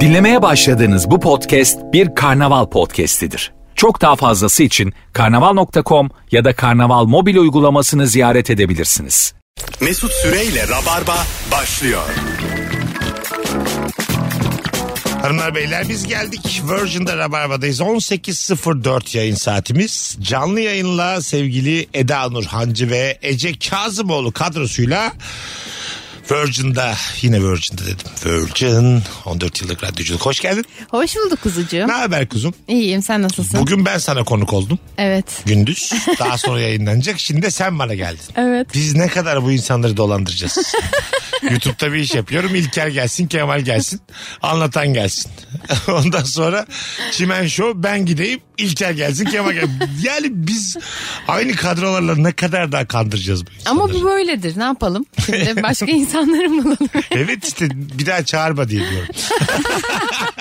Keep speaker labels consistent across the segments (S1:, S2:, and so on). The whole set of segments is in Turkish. S1: Dinlemeye başladığınız bu podcast bir karnaval podcastidir. Çok daha fazlası için karnaval.com ya da karnaval mobil uygulamasını ziyaret edebilirsiniz.
S2: Mesut Süreyle Rabarba başlıyor.
S3: Hanımlar beyler biz geldik. Virgin'de Rabarba'dayız. 18.04 yayın saatimiz. Canlı yayınla sevgili Eda Nur Hancı ve Ece Kazımoğlu kadrosuyla Virgin'da yine Virgin'de dedim. Virgin 14 yıllık radyoculuk. Hoş geldin.
S4: Hoş bulduk kuzucuğum.
S3: Ne haber kuzum?
S4: İyiyim sen nasılsın?
S3: Bugün ben sana konuk oldum.
S4: Evet.
S3: Gündüz. Daha sonra yayınlanacak. Şimdi de sen bana geldin.
S4: Evet.
S3: Biz ne kadar bu insanları dolandıracağız? YouTube'da bir iş yapıyorum. İlker gelsin, Kemal gelsin. Anlatan gelsin. Ondan sonra Çimen Show ben gideyim. İlker gelsin, Kemal gelsin. Yani biz aynı kadrolarla ne kadar daha kandıracağız bu insanları.
S4: Ama bu böyledir ne yapalım? Şimdi başka insanları mı bulalım?
S3: Evet işte bir daha çağırma diye diyorum.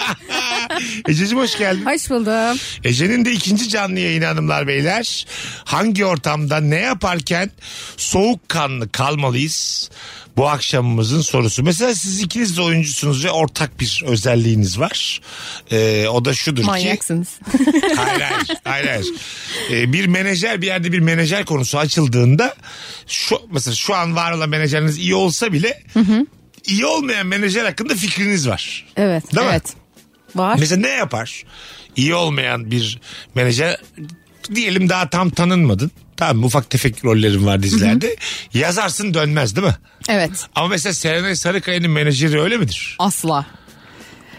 S3: Ececiğim hoş geldin.
S4: Hoş buldum.
S3: Ece'nin de ikinci canlı yayını hanımlar beyler. Hangi ortamda ne yaparken soğukkanlı kalmalıyız? Bu akşamımızın sorusu. Mesela siz ikiniz de oyuncusunuz ve ortak bir özelliğiniz var. Ee, o da şudur ki...
S4: Manyaksınız.
S3: Hayır hayır. hayır, hayır. Ee, bir menajer bir yerde bir menajer konusu açıldığında şu mesela şu an var olan menajeriniz iyi olsa bile iyi olmayan menajer hakkında fikriniz var.
S4: Evet.
S3: Değil mi?
S4: evet. Var.
S3: Mesela ne yapar? İyi olmayan bir menajer diyelim daha tam tanınmadın. Tamam mı? ufak tefek rollerin var dizilerde. Yazarsın dönmez değil mi?
S4: Evet.
S3: Ama mesela Serenay Sarıkaya'nın menajeri öyle midir?
S4: Asla.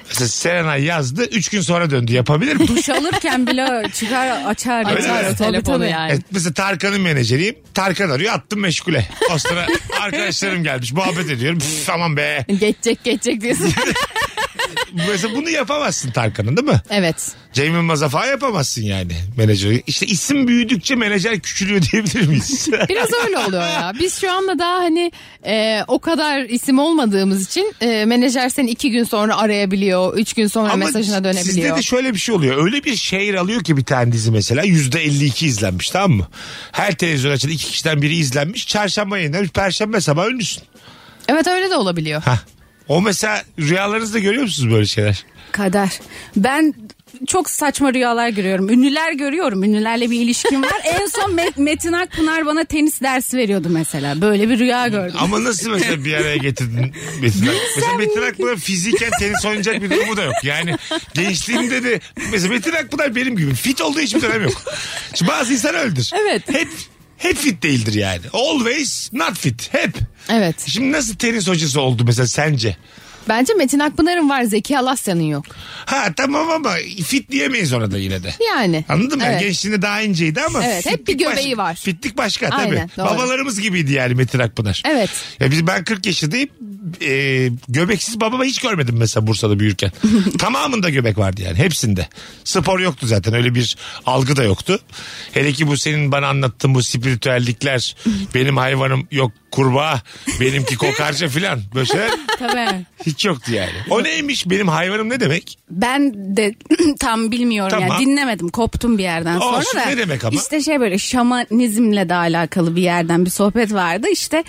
S3: Mesela Serenay yazdı 3 gün sonra döndü yapabilir mi?
S5: duş alırken bile çıkar açar
S3: Öyle
S5: açar
S3: mi?
S5: telefonu
S4: Tabii, tabii.
S5: yani.
S3: E, mesela Tarkan'ın menajeriyim. Tarkan arıyor attım meşgule. O sıra arkadaşlarım gelmiş muhabbet ediyorum. Püf, tamam be.
S4: Geçecek geçecek diyorsun.
S3: Mesela bunu yapamazsın Tarkan'ın değil mi?
S4: evet.
S3: Cem Yılmaz'a falan yapamazsın yani menajeri. İşte isim büyüdükçe menajer küçülüyor diyebilir miyiz?
S4: Biraz öyle oluyor ya. Biz şu anda daha hani e, o kadar isim olmadığımız için e, menajer seni iki gün sonra arayabiliyor. Üç gün sonra mesajına
S3: Sizde
S4: dönebiliyor.
S3: de şöyle bir şey oluyor. Öyle bir şehir alıyor ki bir tane dizi mesela. Yüzde 52 izlenmiş tamam mı? Her televizyon açılı iki kişiden biri izlenmiş. Çarşamba yayınlanmış. Perşembe sabah ünlüsün.
S4: Evet öyle de olabiliyor.
S3: Hah. O mesela rüyalarınızda görüyor musunuz böyle şeyler?
S5: Kader. Ben çok saçma rüyalar görüyorum. Ünlüler görüyorum. Ünlülerle bir ilişkim var. en son Me- Metin Akpınar bana tenis dersi veriyordu mesela. Böyle bir rüya gördüm.
S3: Ama nasıl mesela bir araya getirdin Metin Ak? Mesela Metin Akpınar fiziken tenis oynayacak bir durumu da yok. Yani gençliğinde de mesela Metin Akpınar benim gibi fit olduğu hiçbir dönem yok. Şimdi bazı insan öldür.
S5: Evet.
S3: Hep hep fit değildir yani. Always not fit. Hep.
S4: Evet.
S3: Şimdi nasıl tenis hocası oldu mesela sence?
S4: Bence Metin Akpınar'ın var Zeki Alasya'nın yok.
S3: Ha tamam ama fit diyemeyiz ona da yine de.
S4: Yani.
S3: Anladın mı?
S4: Evet.
S3: Gençliğinde daha inceydi ama.
S4: Evet, hep
S3: fitlik
S4: bir göbeği
S3: baş-
S4: var.
S3: Fitlik başka
S4: Aynen,
S3: tabii.
S4: doğru.
S3: Babalarımız gibiydi yani Metin Akpınar.
S4: Evet.
S3: Ya biz, ben 40 yaşındayım. Ee, göbeksiz babamı hiç görmedim mesela Bursa'da büyürken. Tamamında göbek vardı yani hepsinde. Spor yoktu zaten öyle bir algı da yoktu. Hele ki bu senin bana anlattığın bu spiritüellikler. benim hayvanım yok kurbağa. Benimki kokarca filan. Böyle şeyler
S5: Tabii.
S3: hiç yoktu yani. O neymiş benim hayvanım ne demek?
S5: Ben de tam bilmiyorum
S3: Tamam.
S5: yani dinlemedim koptum bir yerden sonra
S3: Olsun,
S5: da.
S3: ne demek ama?
S5: İşte şey böyle şamanizmle de alakalı bir yerden bir sohbet vardı işte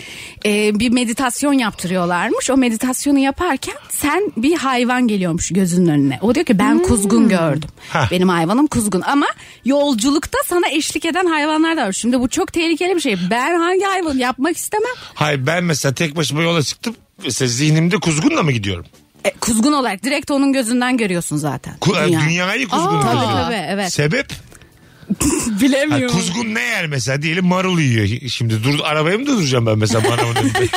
S5: e, bir meditasyon yaptırıyorlarmış o meditasyonu yaparken sen bir hayvan geliyormuş gözünün önüne. O diyor ki ben kuzgun gördüm
S3: Hmm. Hah.
S5: benim hayvanım kuzgun ama yolculukta sana eşlik eden hayvanlar da var. Şimdi bu çok tehlikeli bir şey ben hangi hayvanı yapmak istemem
S3: Hayır ben mesela tek başıma yola çıktım. Mesela zihnimde kuzgunla mı gidiyorum?
S5: E, kuzgun olarak direkt onun gözünden görüyorsun zaten.
S3: Ku- e,
S5: Dünya.
S3: Dünyayı kuzgunla
S4: Aa,
S5: Tabii
S3: gidiyorum.
S5: tabii evet.
S3: Sebep? Ha,
S5: Bilemiyorum.
S3: kuzgun ne yer mesela? Diyelim marul yiyor. Şimdi dur arabaya mı duracağım ben mesela manavın önünde?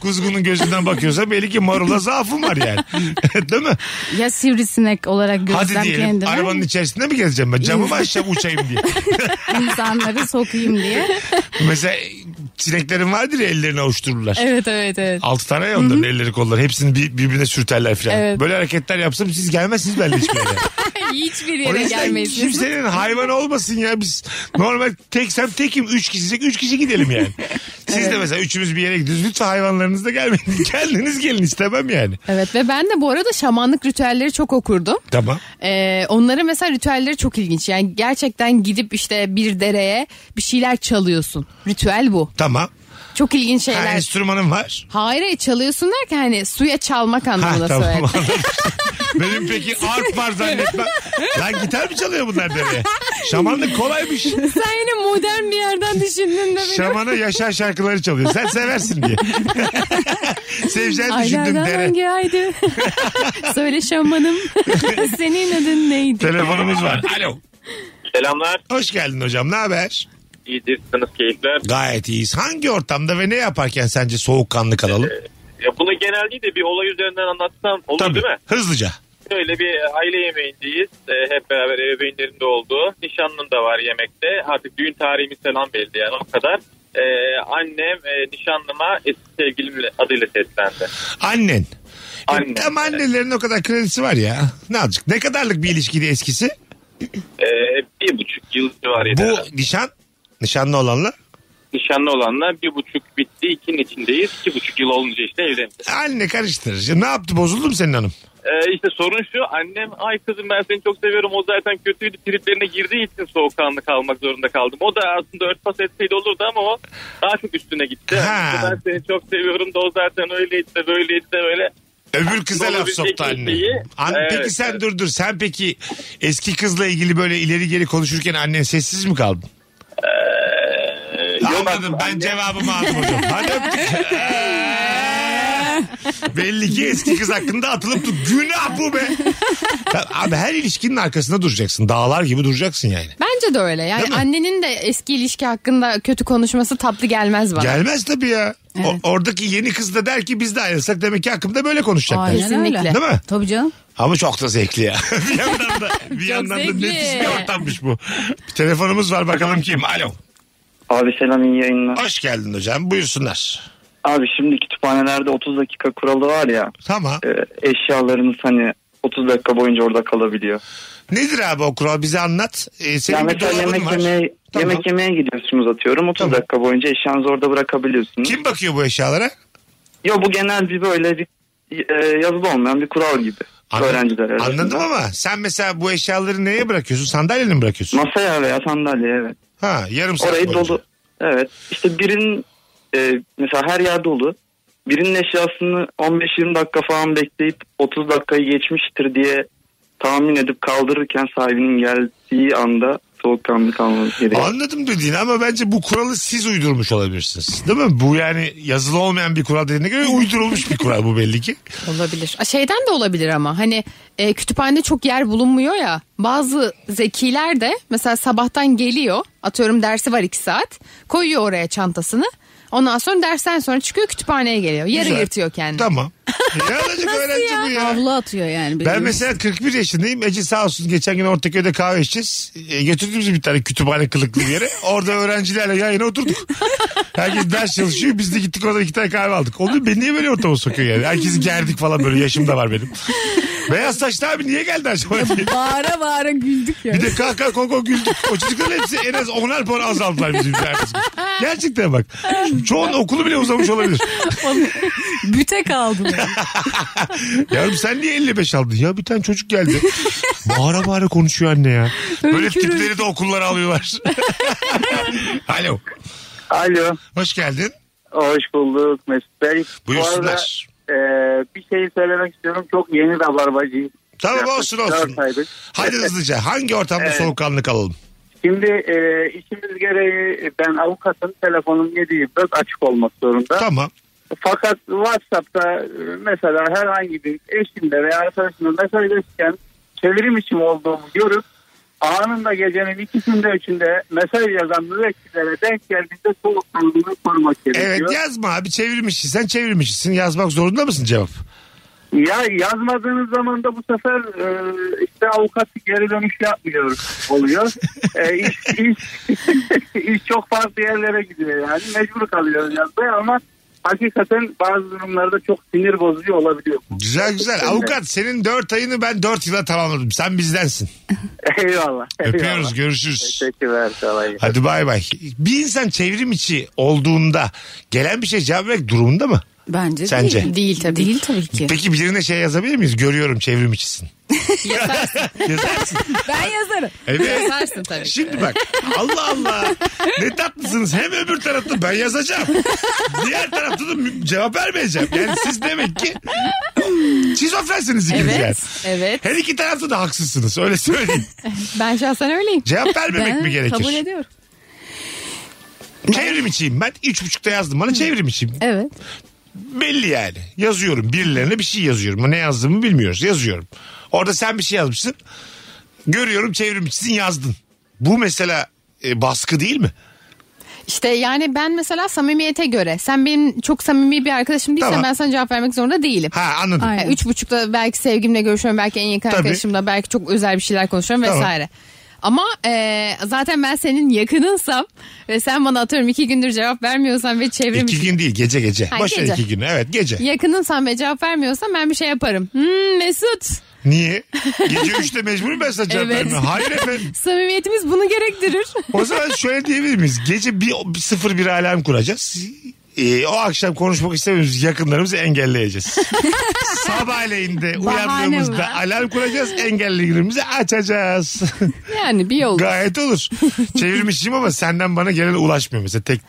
S3: Kuzgunun gözünden bakıyorsa belli ki marula zaafım var yani. Değil mi?
S5: Ya sivrisinek olarak
S3: Hadi
S5: gözlem
S3: diyelim
S5: kendime.
S3: arabanın içerisinde mi gezeceğim ben? Camımı açacağım uçayım diye.
S5: insanları sokayım diye.
S3: mesela sineklerin vardır ya ellerini avuştururlar.
S4: Evet evet evet.
S3: Altı tane ya onların elleri kolları. Hepsini bir- birbirine sürterler falan.
S4: Evet.
S3: Böyle hareketler yapsam siz gelmezsiniz benimle hiçbir yere.
S4: Hiçbir
S3: O
S4: yere
S3: yüzden
S4: gelmeyiz.
S3: kimsenin hayvanı olmasın ya biz. Normal teksem tekim 3 kişiysek 3 kişi gidelim yani. Siz de mesela üçümüz bir yere gidiyoruz. Lütfen hayvanlarınız da gelmeyin. Kendiniz gelin istemem yani.
S4: Evet ve ben de bu arada şamanlık ritüelleri çok okurdum.
S3: Tamam.
S4: Ee, onların mesela ritüelleri çok ilginç. Yani gerçekten gidip işte bir dereye bir şeyler çalıyorsun. Ritüel bu.
S3: Tamam.
S4: Çok ilginç
S3: Ha,
S4: şeyler.
S3: enstrümanım var.
S4: Hayır hayır, çalıyorsun derken hani suya çalmak
S3: Ha
S4: anlamında
S3: tamam.
S4: söyledim.
S3: anladım. Benim peki arp var zannetmem. Lan gitar mı çalıyor bunlar nereye? Şamanlık kolaymış.
S4: Sen yine modern bir yerden düşündün de beni.
S3: Şamanı Yaşar şarkıları çalıyor. Sen seversin diye. Seveceğini düşündüm
S4: Aylardan
S3: dere.
S4: hangi aydı? Söyle şamanım. Senin adın neydi?
S3: Telefonumuz var. Alo.
S6: Selamlar.
S3: Hoş geldin hocam. Ne haber?
S6: İyidir. Sınıf keyifler.
S3: Gayet iyiyiz. Hangi ortamda ve ne yaparken sence soğukkanlı kalalım?
S6: Ee, Ya E, bunu genel değil de bir olay üzerinden anlatsam olur
S3: Tabii.
S6: değil mi?
S3: Hızlıca.
S6: Şöyle bir e, aile yemeğindeyiz. Ee, hep beraber ebeveynlerin de olduğu. Nişanlım da var yemekte. Artık düğün tarihimiz falan belli yani o kadar. Ee, annem e, nişanlıma eski sevgilim adıyla seslendi.
S3: Annen.
S6: Annem.
S3: E, Tam annelerin o kadar kredisi var ya. Ne azıcık. Ne kadarlık bir ilişkiydi eskisi?
S6: Ee, bir buçuk yıl civarıydı.
S3: Bu
S6: herhalde.
S3: nişan. Nişanlı olanla.
S6: Nişanlı olanla bir buçuk bitti. ikinin içindeyiz. İki buçuk yıl olunca işte evlendik.
S3: Haline karıştırır. Ne yaptı? Bozuldu mu senin hanım?
S6: Ee, işte sorun şu annem ay kızım ben seni çok seviyorum o zaten kötüydü triplerine girdiği için soğukkanlı kalmak zorunda kaldım. O da aslında örtbas etseydi olurdu ama o daha çok üstüne gitti.
S3: Ha.
S6: İşte ben seni çok seviyorum da o zaten öyleydi de böyleydi de böyle.
S3: Öbür kıza laf
S6: olabilecek
S3: soktu anne.
S6: ilişkiyi-
S3: An-
S6: Evet.
S3: Peki sen dur dur. Sen peki eski kızla ilgili böyle ileri geri konuşurken annen sessiz mi kaldı?
S6: Ee,
S3: Anladım ben
S6: anne-
S3: cevabımı aldım hocam. Hadi öptük. Belli ki eski kız hakkında atılıp tut. Günah bu be. Ya Abi her ilişkinin arkasında duracaksın. Dağlar gibi duracaksın yani.
S4: Bence de öyle.
S3: Değil
S4: Yani
S3: mi?
S4: annenin de eski ilişki hakkında kötü konuşması tatlı gelmez bana.
S3: Gelmez tabii ya. O- oradaki yeni kız da der ki biz de ayrılsak demek ki hakkımda böyle konuşacaklar.
S5: Aynen
S4: Kesinlikle.
S5: öyle.
S3: Değil mi?
S5: Tabii canım.
S3: Ama çok da zevkli ya. bir yandan da, bir yandan da
S4: zevkli.
S3: nefis bir ortammış bu. Bir telefonumuz var bakalım kim? Alo.
S7: Abi selam iyi yayınlar.
S3: Hoş geldin hocam buyursunlar.
S7: Abi şimdi kütüphanelerde 30 dakika kuralı var ya.
S3: Tamam.
S7: e, Eşyalarınız hani 30 dakika boyunca orada kalabiliyor.
S3: Nedir abi o kural bize anlat. Ee, senin
S7: Ya
S3: bir
S7: mesela
S3: dolabın
S7: yemek
S3: var.
S7: yemeye,
S3: Tamam.
S7: yemek yemeye gidiyorsunuz atıyorum. 30
S3: Tamam.
S7: dakika boyunca eşyanızı orada bırakabiliyorsunuz.
S3: Kim bakıyor bu eşyalara?
S7: Yo bu genel bir böyle bir e, yazılı olmayan bir kural gibi.
S3: Anladım-
S7: Öğrenciler arasında.
S3: Anladım ama sen mesela bu eşyaları neye bırakıyorsun? Sandalyene mi bırakıyorsun?
S7: Masaya veya sandalyeye evet.
S3: Ha yarım saat
S7: Orayı
S3: boyunca.
S7: dolu. Evet. İşte birinin e, mesela her yer dolu. Birinin eşyasını 15-20 dakika falan bekleyip 30 dakikayı geçmiştir diye tahmin edip kaldırırken sahibinin geldiği anda soğukkanlı kalmamız gerekiyor.
S3: Anladım dediğin ama bence bu kuralı siz uydurmuş olabilirsiniz. Değil mi? Bu yani yazılı olmayan bir kural dediğine göre uydurulmuş bir kural bu belli ki.
S4: Olabilir. Şeyden de olabilir ama hani e, kütüphanede çok yer bulunmuyor ya. Bazı zekiler de mesela sabahtan geliyor. Atıyorum dersi var iki saat. Koyuyor oraya çantasını. Ondan sonra dersten sonra çıkıyor kütüphaneye geliyor. Yarı
S3: Güzel.
S4: yırtıyor kendini.
S3: Tamam. Ne olacak öğrenci bu ya?
S5: Havlu atıyor yani.
S3: Ben
S5: bildiğin.
S3: mesela 41 yaşındayım. Ece sağ olsun geçen gün Ortaköy'de kahve içeceğiz. E, götürdünüz bir tane kütüphane kılıklı bir yere. Orada öğrencilerle yan yana oturduk. Herkes ders çalışıyor. Biz de gittik orada iki tane kahve aldık. Oğlum beni niye böyle ortama sokuyor yani? Herkesi gerdik falan böyle. Yaşım da var benim. Beyaz saçlı abi niye geldi acaba diye.
S5: Bağıra bağıra güldük ya.
S3: Bir de kah kah koko güldük. O çocukların hepsi en az onar puan azaldılar bizim derdimiz. Gerçekten bak. Çoğun okulu bile uzamış olabilir.
S5: Büte kaldım.
S3: Yavrum sen niye 55 aldın? Ya bir tane çocuk geldi. Bağıra bağıra konuşuyor anne ya. Böyle tipleri de okullara alıyorlar. Alo.
S7: Alo.
S3: Hoş geldin.
S7: Hoş bulduk Mesut Bey.
S3: Buyursunlar.
S7: Bu arada, e, bir şey söylemek istiyorum. Çok yeni rabarbacıyım.
S3: Tamam
S7: Yaklaşık
S3: olsun olsun.
S7: dört aydır.
S3: Hadi hızlıca. Hangi ortamda
S7: Evet.
S3: soğukkanlı kalalım?
S7: Şimdi e, işimiz gereği ben avukatım. Telefonum 7/24 açık olmak zorunda.
S3: Tamam.
S7: Fakat WhatsApp'ta e, mesela herhangi bir eşimle veya arkadaşımla mesajlaşırken çevirim içim olduğumu görüp anında gecenin ikisinde üçünde mesaj yazan müvekkillere denk geldiğinde soğuk kanlılığını korumak
S3: Evet
S7: gerekiyor.
S3: yazma abi çevirmişsin. Sen çevirmişsin. Yazmak zorunda mısın cevap?
S7: Ya yazmadığınız zaman da bu sefer e, işte avukat geri dönüş yapmıyor oluyor. e, iş, iş, iş çok farklı yerlere gidiyor yani. Mecbur kalıyoruz yazmaya ama hakikaten bazı durumlarda çok sinir bozucu olabiliyor.
S3: Güzel güzel. Avukat senin 4 ayını ben 4 yıla tamamladım. Sen bizdensin.
S7: Eyvallah.
S3: Öpüyoruz görüşürüz.
S7: Teşekkürler. Kolay
S3: Hadi bay bay. Bir insan çevrim içi olduğunda gelen bir şey cevap vermek durumunda mı?
S5: Bence
S3: Sence?
S5: değil.
S4: Değil tabii
S5: Değil tabii ki.
S3: Peki birine şey yazabilir miyiz? Görüyorum çevrim içisin.
S4: Yazarsın.
S3: Yazarsın.
S5: Ben yazarım.
S3: Evet.
S4: Yazarsın tabii ki.
S3: Şimdi bak Allah Allah ne tatlısınız hem öbür tarafta ben yazacağım. Diğer tarafta da mü- cevap vermeyeceğim. Yani siz demek ki şizofrensiniz ikiniz yani.
S4: Evet. Evet.
S3: Her iki tarafta da haksızsınız öyle söyleyeyim.
S4: Ben şahsen öyleyim.
S3: Cevap vermemek mi gerekir?
S4: Kabul ediyorum.
S3: Çevrim içiyim ben üç buçukta yazdım bana çevrim içiyim.
S5: Evet.
S3: Belli yani yazıyorum birilerine bir şey yazıyorum. Ama Ne yazdığımı bilmiyoruz yazıyorum. Orada sen bir şey yazmışsın görüyorum çevrim içisin yazdın. Bu mesela e, baskı değil mi?
S4: İşte yani ben mesela samimiyete göre. Sen benim çok samimi bir arkadaşım değilsen
S3: Tamam.
S4: ben sana cevap vermek zorunda değilim.
S3: Ha anladım.
S5: Aynen.
S4: Yani üç buçukta belki sevgimle görüşüyorum, belki en yakın
S3: Tabii.
S4: arkadaşımla, belki çok özel bir şeyler konuşuyorum
S3: Tamam.
S4: vesaire. Ama e, zaten ben senin yakınınsam ve sen bana atıyorum iki gündür cevap vermiyorsan ve çevrim
S3: İki gün değil gece gece.
S4: Ha,
S3: Boş ver
S4: gece.
S3: iki gün evet gece.
S4: yakınınsam ve cevap vermiyorsan ben bir şey yaparım. Hmm, Mesut
S3: Niye? Gece üçte mecburum ben sana cevap
S4: Evet.
S3: vermeye. Hayır efendim.
S4: samimiyetimiz bunu gerektirir.
S3: O zaman şöyle diyebilir miyiz? Gece bir, bir sıfır bir alarm kuracağız. Ee, o akşam konuşmak istemiyoruz. Yakınlarımızı engelleyeceğiz. Sabahleyin de uyandığımızda
S5: mı?
S3: alarm kuracağız. Engellilerimizi açacağız.
S4: yani bir yol.
S3: Gayet olur. Çevirmişim ama senden bana gelen ulaşmıyor mesela tek.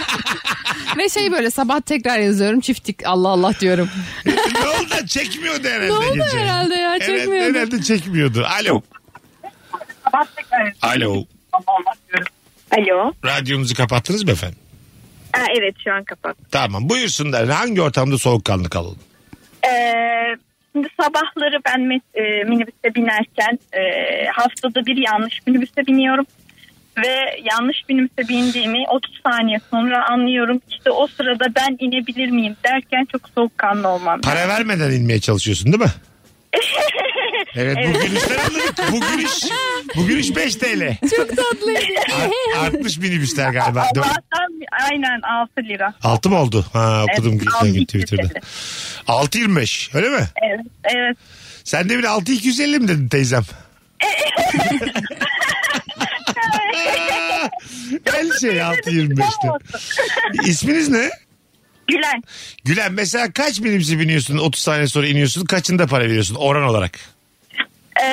S4: ve şey böyle sabah tekrar yazıyorum çiftlik Allah Allah diyorum.
S3: E, ne oldu da çekmiyordu herhalde
S4: Ne oldu
S3: gece.
S4: herhalde ya,
S3: Evet,
S4: çekmiyordu.
S3: herhalde çekmiyordu. Alo. Alo.
S8: Alo.
S3: Radyonuzu kapattınız mı efendim?
S8: Ha, evet şu an kapat.
S3: Tamam buyursunlar. Hangi ortamda soğukkanlı kalalım?
S8: Ee, şimdi sabahları ben met- e, minibüste binerken e, haftada bir yanlış minibüste biniyorum. Ve yanlış minibüste bindiğimi 30 saniye sonra anlıyorum. İşte o sırada ben inebilir miyim derken çok soğukkanlı olmam.
S3: Para vermeden inmeye çalışıyorsun değil mi? Evet, bu
S8: Evet.
S3: gülüşler anladık. Bu gülüş, bu gülüş 5 TL.
S4: Çok tatlıydı.
S3: Art- artmış minibüsler galiba.
S8: Allah'tan aynen 6 lira.
S3: 6 mı oldu? Ha okudum
S8: Evet,
S3: gülüşten gibi
S8: 6.250.
S3: Twitter'da. 6.25 öyle mi?
S8: Evet. evet.
S3: Sen de bir 6.250 mi dedin teyzem? Her şey 6.25'te. İsminiz ne?
S8: Gülen.
S3: Gülen mesela kaç minibüse biniyorsun 30 saniye sonra iniyorsun kaçında para veriyorsun oran olarak?
S8: Ee,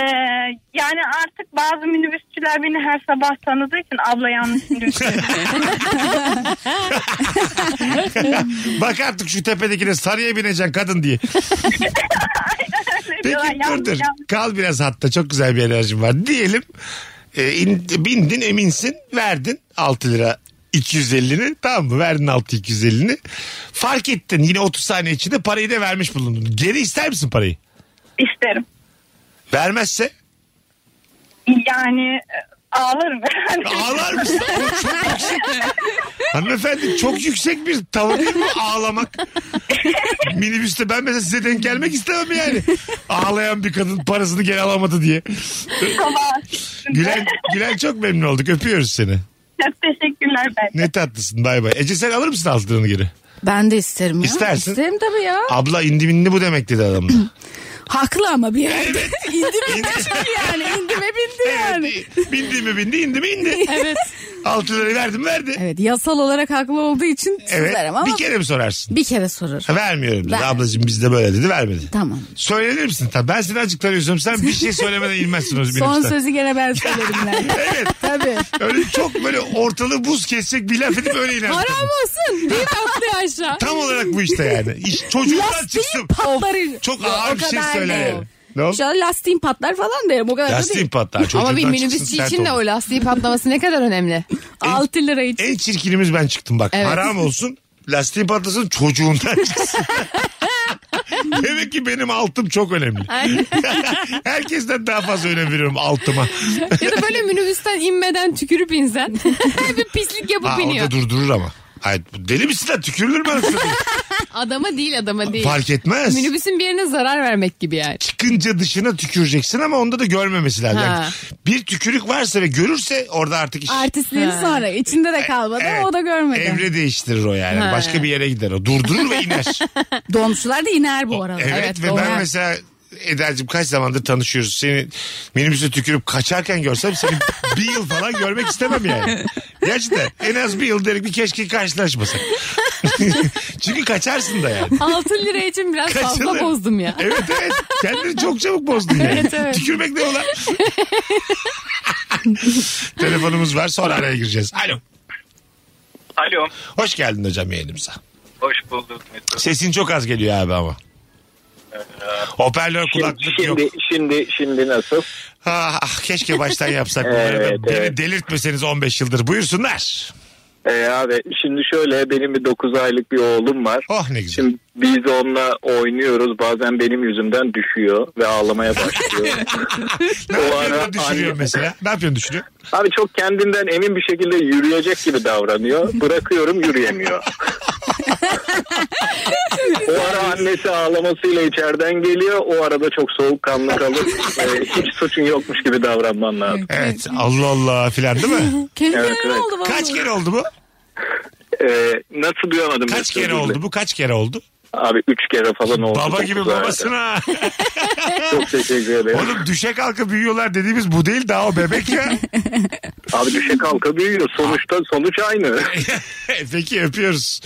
S8: yani artık bazı minibüsçüler beni her sabah tanıdığı için abla yanlış minibüsçü.
S3: Bak artık şu tepedekine sarıya bineceksin kadın diye.
S8: diyorlar.
S3: Peki dur
S8: Yanlış,
S3: dur.
S8: yanlış.
S3: Kal biraz hatta çok güzel bir enerjim var. Diyelim e, in- bindin eminsin verdin 6 lira 250'ni tamam mı verdin 6 250'ni fark ettin yine 30 saniye içinde parayı da vermiş bulundun geri ister misin parayı
S8: İsterim.
S3: vermezse
S8: Yani e, ağlarım.
S3: ağlar mısın Oğlum çok yüksek hanımefendi çok yüksek bir tavır değil mi ağlamak minibüste ben mesela size denk gelmek istemem yani ağlayan bir kadın parasını geri alamadı diye
S8: Sabah.
S3: Gülen, Gülen çok memnun olduk öpüyoruz seni
S8: Çok teşekkürler ben.
S3: Ne tatlısın bay bay. Ece sen alır mısın altı liranı geri?
S5: Ben de isterim ya.
S3: İstersin.
S5: İsterim tabii ya.
S3: Abla indi bindi bu demek dedi adam da.
S5: Haklı ama bir yerde.
S3: Evet.
S5: İndi mi
S3: İndi.
S5: çünkü yani. İndi mi bindi yani.
S3: Evet, bindi mi bindi indi mi indi.
S5: Evet.
S3: Altı lirayı verdim verdi.
S5: Evet yasal olarak haklı olduğu için evet,
S3: Evet.
S5: ama
S3: Bir
S5: bir,
S3: kere mi sorarsın?
S5: kere sorur.
S3: Ha, vermiyorum dedi.
S5: Ver.
S3: Ablacığım biz de böyle dedi vermedi.
S5: Tamam.
S3: Söylenir misin? Tabii ben seni azıcık tanıyorsam sen bir şey söylemeden inmezsin o
S5: Son
S3: minibüsten.
S5: sözü gene ben söylerim yani.
S3: Evet.
S5: Tabii.
S3: Öyle çok böyle ortalığı buz kesecek bir laf edip öyle iner.
S4: Haram olsun. Deyip atlıyor aşağı.
S3: Tam olarak bu işte yani. İş, çocuklar çıksın.
S5: Lastiğim patlar.
S3: Çok
S5: Yok,
S3: ağır
S5: o
S3: bir şey
S5: kadar
S3: söyle
S5: değil.
S3: yani. Ne oldu?
S5: İnşallah lastiğim patlar falan derim. O kadar da
S3: Lastiğin
S5: değil.
S3: patlar.
S4: Ama bir
S3: Çocuklar çıksın,
S4: minibüsçü
S3: sert
S4: için de
S3: olur.
S4: o lastiği patlaması ne kadar önemli.
S5: 6 lira için.
S3: En çirkinimiz ben çıktım bak.
S4: Evet.
S3: Haram olsun. Lastiği patlasın çocuğundan çıksın. Demek ki benim altım çok önemli. Herkesten daha fazla önem veriyorum altıma.
S4: ya da böyle minibüsten inmeden tükürüp insen. bir pislik yapıp
S3: Ha,
S4: iniyor.
S3: orada durdurur ama. Hayır, bu deli misin lan tükürülür mü?
S4: Adama değil adama değil.
S3: Fark etmez.
S4: Minibüsün bir yerine zarar vermek gibi yani.
S3: Çıkınca dışına tüküreceksin ama onda da görmemesi lazım.
S4: Ha.
S3: Yani bir tükürük varsa ve görürse orada artık iş.
S5: Artistliğini
S4: Ha.
S5: sonra. içinde de kalmadı
S3: E, Evet.
S5: o da görmedi.
S3: Evre değiştirir o yani.
S4: Ha.
S3: Başka bir yere gider o. Durdurur ve iner.
S5: Dolmuşlar da iner bu arada.
S3: Evet,
S4: Evet,
S3: ve
S4: doğru.
S3: ben mesela Eder'cim kaç zamandır tanışıyoruz. Seni minibüse tükürüp kaçarken görsem seni bir yıl falan görmek istemem yani. Gerçekten en az bir yıl derim ki keşke karşılaşmasak. Çünkü kaçarsın da yani.
S4: 6 lira için biraz
S3: Kaçılır.
S4: fazla bozdum ya.
S3: Evet evet. Kendini çok çabuk bozdun yani.
S4: Evet, evet.
S3: Tükürmek ne ola? Telefonumuz var sonra araya gireceğiz. Alo.
S6: Alo.
S3: Hoş geldin hocam yayınımıza.
S6: Hoş bulduk Mesut.
S3: Sesin çok az geliyor abi ama. Hoparlör kulaklık yok.
S9: Ee, şimdi, şimdi, şimdi nasıl?
S3: Ah, ah, keşke baştan yapsak. bunları.
S9: Evet,
S3: Beni
S9: evet.
S3: delirtmeseniz 15 yıldır. Buyursunlar.
S7: E,
S9: Ee, abi şimdi şöyle benim bir 9 aylık bir oğlum var.
S3: Oh ne güzel.
S9: Şimdi biz onunla oynuyoruz bazen benim yüzümden düşüyor ve ağlamaya başlıyor.
S3: ne
S9: o
S3: yapıyorsun
S9: ara
S3: düşürüyor
S9: anne-
S3: mesela? Ne yapıyorsun düşürüyor?
S9: Abi çok kendinden emin bir şekilde yürüyecek gibi davranıyor. Bırakıyorum yürüyemiyor. o ara annesi ağlamasıyla içeriden geliyor. O arada çok soğukkanlı kalıp e, hiç suçun yokmuş gibi davranman lazım.
S3: Evet Allah Allah filan değil mi?
S5: Kendi
S9: Evet,
S5: kendine
S9: evet.
S5: oldu vallahi.
S3: Kaç kere oldu bu?
S9: E, nasıl duyamadım?
S3: Kaç
S9: Mesut'u?
S3: kere oldu bu? Kaç kere oldu?
S9: Abi üç kere falan oldu.
S3: Baba
S9: Çok
S3: gibi
S9: güzeldi.
S3: babasına.
S9: Çok teşekkür ederim.
S3: Oğlum düşe kalka büyüyorlar dediğimiz bu değil daha o bebek ya.
S9: Abi düşe kalka büyüyor. Sonuçta sonuç aynı.
S3: Peki öpüyoruz.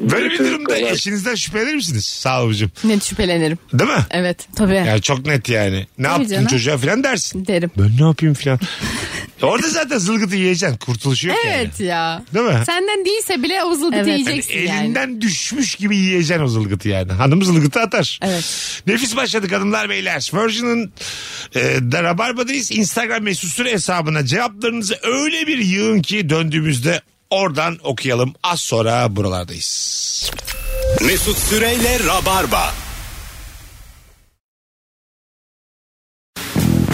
S3: Böyle bir durumda
S9: Kolay.
S3: eşinizden şüphelenir misiniz? Sağ ol hocam.
S4: Net şüphelenirim.
S3: Değil mi?
S4: Evet
S5: Tabii.
S3: Yani çok net yani. Ne yaptın
S5: canım.
S3: çocuğa filan dersin.
S4: derim.
S3: Ben ne yapayım filan. Orada zaten zılgıtı yiyeceksin. Kurtuluşu yok yani.
S4: Evet ya.
S3: Değil mi?
S4: Senden değilse bile o zılgıtı
S5: Evet.
S3: Yani
S4: yiyeceksin yani.
S3: Hani elinden düşmüş gibi yiyeceksin o zılgıtı yani. Hanım zılgıtı atar.
S4: Evet.
S3: Nefis başladık hanımlar beyler. Virgin'in e, da Rabarba'dayız. Instagram mesut süre hesabına cevaplarınızı öyle bir yığın ki döndüğümüzde oradan okuyalım. Az sonra buralardayız.
S2: Mesut Süreyle Rabarba.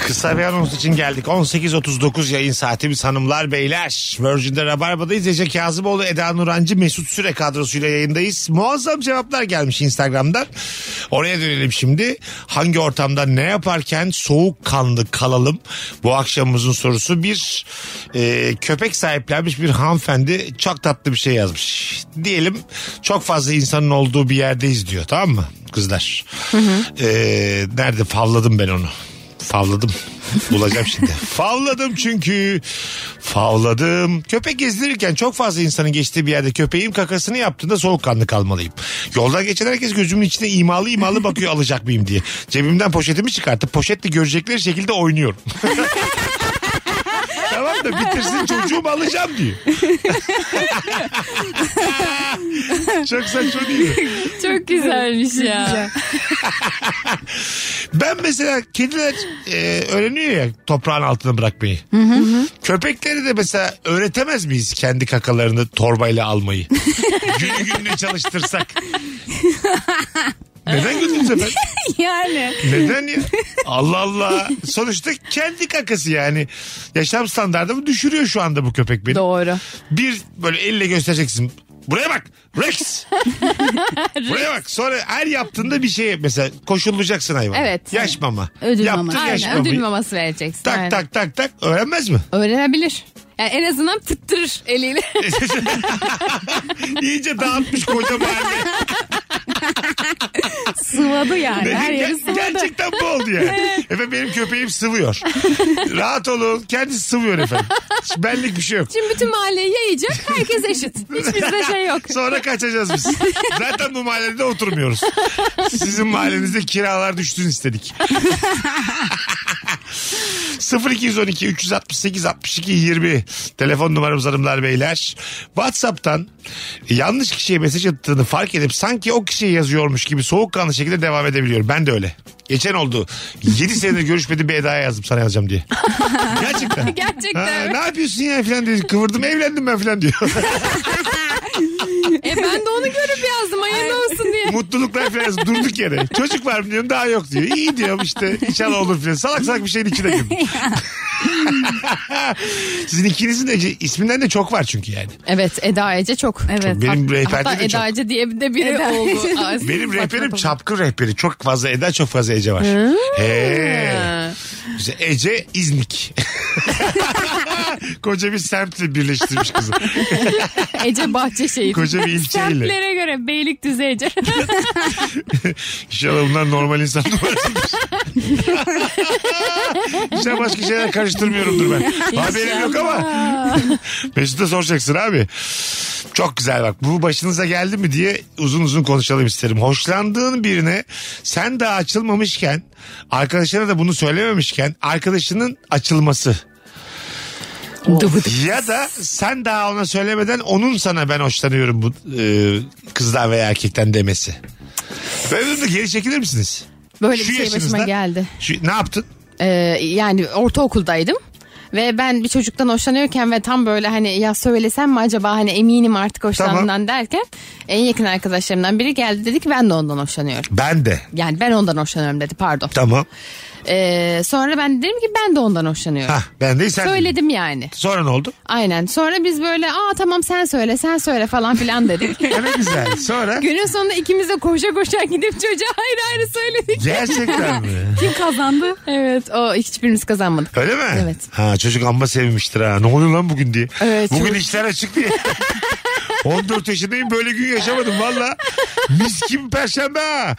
S3: Kısa bir anons için geldik. 18.39 yayın saatimiz hanımlar beyler. Virgin'de Rabarba'dayız. Ece Kazımoğlu, Eda Nurancı, Mesut Süre kadrosuyla yayındayız. Muazzam cevaplar gelmiş Instagram'dan. Oraya dönelim şimdi. Hangi ortamda ne yaparken soğukkanlı kalalım? Bu akşamımızın sorusu bir e, köpek sahiplenmiş bir hanımefendi çok tatlı bir şey yazmış. Diyelim çok fazla insanın olduğu bir yerdeyiz diyor tamam mı kızlar? E, nerede favladım ben onu. Favladım. Bulacağım şimdi. Favladım çünkü. Favladım. Köpek gezdirirken çok fazla insanın geçtiği bir yerde köpeğim kakasını yaptığında soğukkanlı kalmalıyım. Yolda geçen herkes gözümün içine imalı imalı bakıyor alacak mıyım diye. Cebimden poşetimi çıkartıp poşetle görecekleri şekilde oynuyorum. tamam da bitirsin çocuğumu alacağım diyor. çok saçma değil mi?
S4: Çok güzelmiş ya.
S3: Ben mesela kediler e, öğreniyor ya toprağın altına bırakmayı. Köpekleri de mesela öğretemez miyiz kendi kakalarını torbayla almayı? Günü gününe çalıştırsak. Neden götürdün sefer?
S5: yani.
S3: Neden ya? Allah Allah. Sonuçta kendi kakası yani. Yaşam standartımı düşürüyor şu anda bu köpek benim.
S4: Doğru.
S3: Bir böyle elle göstereceksin. Buraya bak. Rex. Buraya bak. Sonra her yaptığında bir şey mesela koşullayacaksın hayvan.
S4: Evet.
S3: Yaş mama.
S5: Ödül
S3: Yaptın
S5: mama.
S3: yaş
S4: Aynen
S3: mamayı.
S4: ödül maması vereceksin.
S3: Tak
S4: Aynen.
S3: tak tak tak öğrenmez mi?
S4: Öğrenebilir. Yani en azından fıttırır eliyle.
S3: İyice dağıtmış koca mahalle.
S5: Sıvadı yani. Her
S3: Ger-
S5: yeri sıvadı.
S3: gerçekten bu oldu ya. efendim benim köpeğim sıvıyor. Rahat olun kendisi sıvıyor efendim. Hiç Benlik bir şey yok.
S4: Şimdi bütün mahalleyi yayacak. Herkes eşit. Hiç bizde şey yok.
S3: Sonra kaçacağız biz. Zaten bu mahallede oturmuyoruz. Sizin mahallenizde kiralar düşsün istedik. 0212 368 62 20 telefon numaramız hanımlar beyler. WhatsApp'tan yanlış kişiye mesaj attığını fark edip sanki o kişiye yazıyormuş gibi soğukkanlı şekilde devam edebiliyorum. Ben de öyle. Geçen oldu. 7 senedir görüşmediğim bir Eda'ya yazdım sana yazacağım diye. Gerçekten.
S4: Gerçekten.
S3: Ha, ne yapıyorsun ya falan diye kıvırdım evlendim ben falan diyor.
S4: E ben de onu görüp yazdım. Hayırlı olsun diye.
S3: Mutluluklar falan durduk yere. Çocuk var mı diyorum daha yok diyor. İyi diyorum işte inşallah olur falan. Salak salak bir şeyin içine girdim. Sizin ikinizin de isminden de çok var çünkü yani.
S4: Evet Eda Ece çok.
S5: Evet.
S3: Benim rehberde
S4: Hatta
S3: de çok.
S4: Eda Ece diye bir de biri
S5: Eda
S4: oldu.
S5: Ece.
S4: Aslında
S3: Benim
S4: saçma
S3: rehberim
S4: tabii.
S3: çapkın rehberi. Çok fazla Eda çok fazla Ece var. He. Güzel. Ece İznik. Koca bir semtle birleştirmiş kızı.
S4: Ece Bahçeşehir.
S3: Koca bir ilçeyle.
S5: Semtlere göre Beylikdüzü Ece.
S3: İnşallah bunlar normal insan numarasıdır. İnşallah başka şeyler karıştırmıyorumdur ben. Haberim yok ama. Mesut'a soracaksın abi. Çok güzel bak bu başınıza geldi mi diye uzun uzun konuşalım isterim. Hoşlandığın birine sen daha açılmamışken arkadaşına da bunu söylememişken arkadaşının açılması. Ya da sen daha ona söylemeden onun sana ben hoşlanıyorum bu e, kızdan veya erkekten demesi. Böyle durumda geri çekilir misiniz?
S4: Böyle
S3: Şu
S4: bir şey başıma
S3: yaşınızda-
S4: geldi.
S3: Şu- ne yaptın?
S4: Ee, yani ortaokuldaydım. Ve ben bir çocuktan hoşlanıyorken ve tam böyle hani ya söylesem mi acaba hani eminim artık hoşlandığından derken en yakın arkadaşlarımdan biri geldi dedi ki ben de ondan hoşlanıyorum.
S3: Ben de.
S4: Yani ben ondan hoşlanıyorum dedi pardon.
S3: Tamam.
S4: Ee, sonra ben dedim ki ben de ondan hoşlanıyorum.
S3: Hah, ben değil sen. dedin.
S4: Söyledim yani.
S3: Sonra ne oldu?
S4: Aynen. Sonra biz böyle aa tamam sen söyle sen söyle falan filan dedik.
S3: Ya Ne güzel. Sonra
S4: Günün sonunda ikimiz de koşa koşa gidip çocuğa ayrı ayrı söyledik.
S3: gerçekten mi?
S5: Kim kazandı?
S4: Evet o hiçbirimiz kazanmadık.
S3: Öyle mi?
S4: Evet.
S3: Ha çocuk amma sevmiştir ha. Ne oluyor lan bugün diye.
S4: Evet,
S3: bugün
S4: çocuk-
S3: işler açık diye. 14 yaşındayım böyle gün yaşamadım valla. Mis gibi perşembe ha.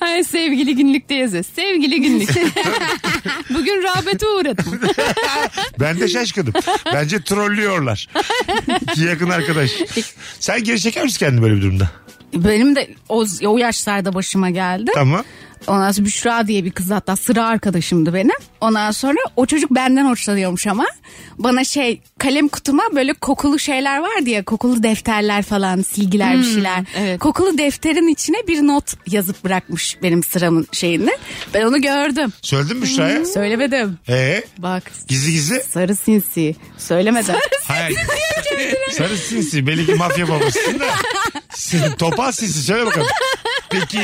S4: Hayır sevgili günlük diye yazıyor. Sevgili günlük. Bugün rağbete uğradım.
S3: Ben de şaşkınım. Bence trollüyorlar. İki yakın arkadaş. Sen geri çeker misin kendini böyle bir durumda?
S5: Benim de o, o yaşlarda başıma geldi.
S3: Tamam.
S5: Ondan sonra Büşra diye bir kız hatta sıra arkadaşımdı benim. Ondan sonra o çocuk benden hoşlanıyormuş ama bana şey kalem kutuma böyle kokulu şeyler var diye kokulu defterler falan silgiler
S3: Hmm,
S5: bir şeyler.
S4: evet.
S5: Kokulu defterin içine bir not yazıp bırakmış benim sıramın şeyini. Ben onu gördüm.
S3: Söyledin mi Büşra'ya?
S5: Söylemedim.
S3: Ee,
S5: Bak
S3: gizli gizli.
S5: sarı sinsi söylemedim.
S3: Hayır. Sarı sinsi. Belli ki mafya babasısın da. Sin- Topal sinsi. Söyle bakalım. Peki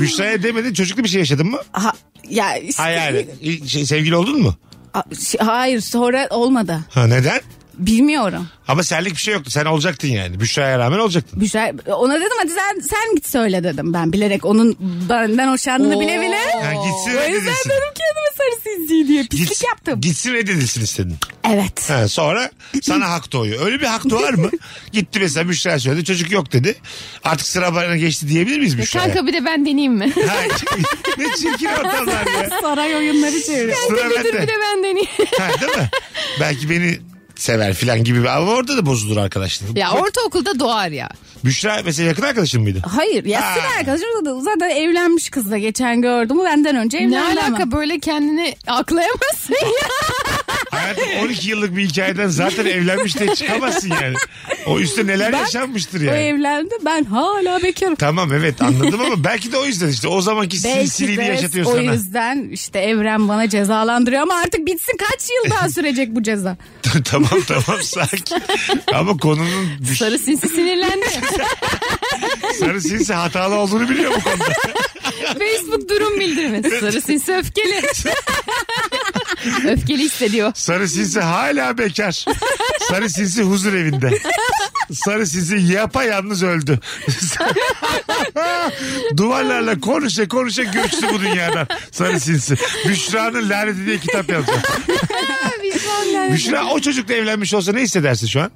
S3: Büşra'ya demedin çocuklu bir şey yaşadın mı?
S5: Ha- ya işte-
S3: Hayır hayır. İ- şey, sevgili oldun mu?
S5: A- şey- hayır sonra olmadı.
S3: Ha, neden?
S5: Bilmiyorum.
S3: Ama senlik bir şey yoktu. Sen olacaktın yani. Büşra'ya rağmen olacaktın.
S5: Büşra ona dedim hadi sen, sen git söyle dedim ben bilerek onun benden hoşlandığını bile bile.
S3: Ha, gitsin
S5: O yüzden
S3: reddedilsin.
S5: dedim kendime sarı sinsi diye pislik
S3: Gits-
S5: yaptım.
S3: Gitsin reddedilsin istedin.
S5: Evet.
S3: Ha, sonra sana hak doğuyor. Öyle bir hak doğar mı? Gitti mesela Büşra söyledi. Çocuk yok dedi. Artık sıra bana geçti diyebilir
S5: E,
S3: miyiz Büşra'ya?
S4: Kanka bir de ben deneyeyim mi?
S3: Ha, ne çirkin ortamlar ya.
S5: Saray oyunları çeviriyor.
S3: Sıra
S4: Dur bir
S3: bende.
S4: de ben deneyeyim.
S3: Ha, değil mi? Belki beni sever filan gibi. Ama orada da bozulur arkadaşlar.
S4: ya ortaokulda doğar ya.
S3: Büşra mesela yakın arkadaşın mıydı?
S5: Hayır ya
S3: Ha.
S5: sıra arkadaşım da zaten evlenmiş kızla geçen gördüm. O Benden önce evlendi
S4: Ne
S5: ama.
S4: alaka böyle kendini aklayamazsın ya.
S3: Hayatım 12 yıllık bir hikayeden zaten evlenmiş de çıkamazsın yani. O üstte neler yaşanmıştır
S5: O
S3: yani.
S5: evlendi ben hala bekarım.
S3: Tamam evet anladım ama belki de o yüzden işte o zamanki
S5: Belki
S3: silsiliğini
S5: de
S3: yaşatıyor
S5: o
S3: sana.
S5: yüzden işte evren bana cezalandırıyor ama artık bitsin kaç yıl daha sürecek bu ceza.
S3: tamam tamam sakin. Ama konunun düş-
S4: Sarı sinsi sinirlendi.
S3: sarı sinsi hatalı olduğunu biliyor bu konuda.
S4: Facebook durum bildirmesi. Sarı sinsi öfkeli. öfkeli hissediyor.
S3: Sarı sinsi hala bekar. Sarı sinsi huzur evinde. Sarı sinsi yapayalnız öldü. Duvarlarla konuşa konuşa göçtü bu dünyadan. Sarı sinsi. Büşra'nın laneti diye kitap yazacak. Büşra o çocukla evlenmiş olsa ne hissedersin şu an?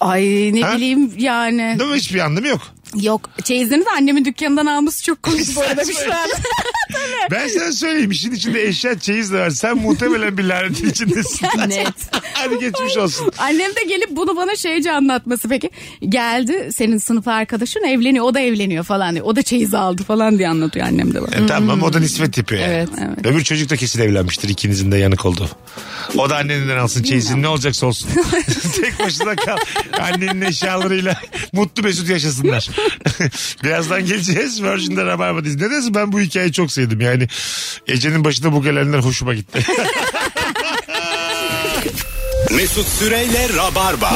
S5: Ay ne
S3: Ha?
S5: bileyim yani.
S3: Değil mi? Hiçbir anlamı yok.
S5: Yok çeyizini de annemin dükkanından alması çok komik bu arada bir şey.
S3: Ben sana söyleyeyim işin içinde eşya çeyiz de var. Sen muhtemelen bir lanetin içindesin.
S4: Net.
S3: Hadi geçmiş olsun.
S5: Annem de gelip bunu bana şeyce anlatması peki. Geldi senin sınıf arkadaşın evleniyor o da evleniyor falan diyor. O da çeyiz aldı falan diye anlatıyor annem de bana.
S3: E, tamam o da nispet yapıyor yani.
S4: Evet,
S5: evet.
S3: Öbür çocuk da kesin evlenmiştir ikinizin de yanık oldu. O da anneninden alsın çeyizini ne olacaksa olsun. Tek başına kal. Annenin eşyalarıyla mutlu mesut yaşasınlar. Birazdan geleceğiz. Virgin'de Rabarba dizisi. Nedense ben bu hikayeyi çok sevdim yani. Ece'nin başında bu gelenler hoşuma gitti.
S2: Mesut Süreyle Rabarba.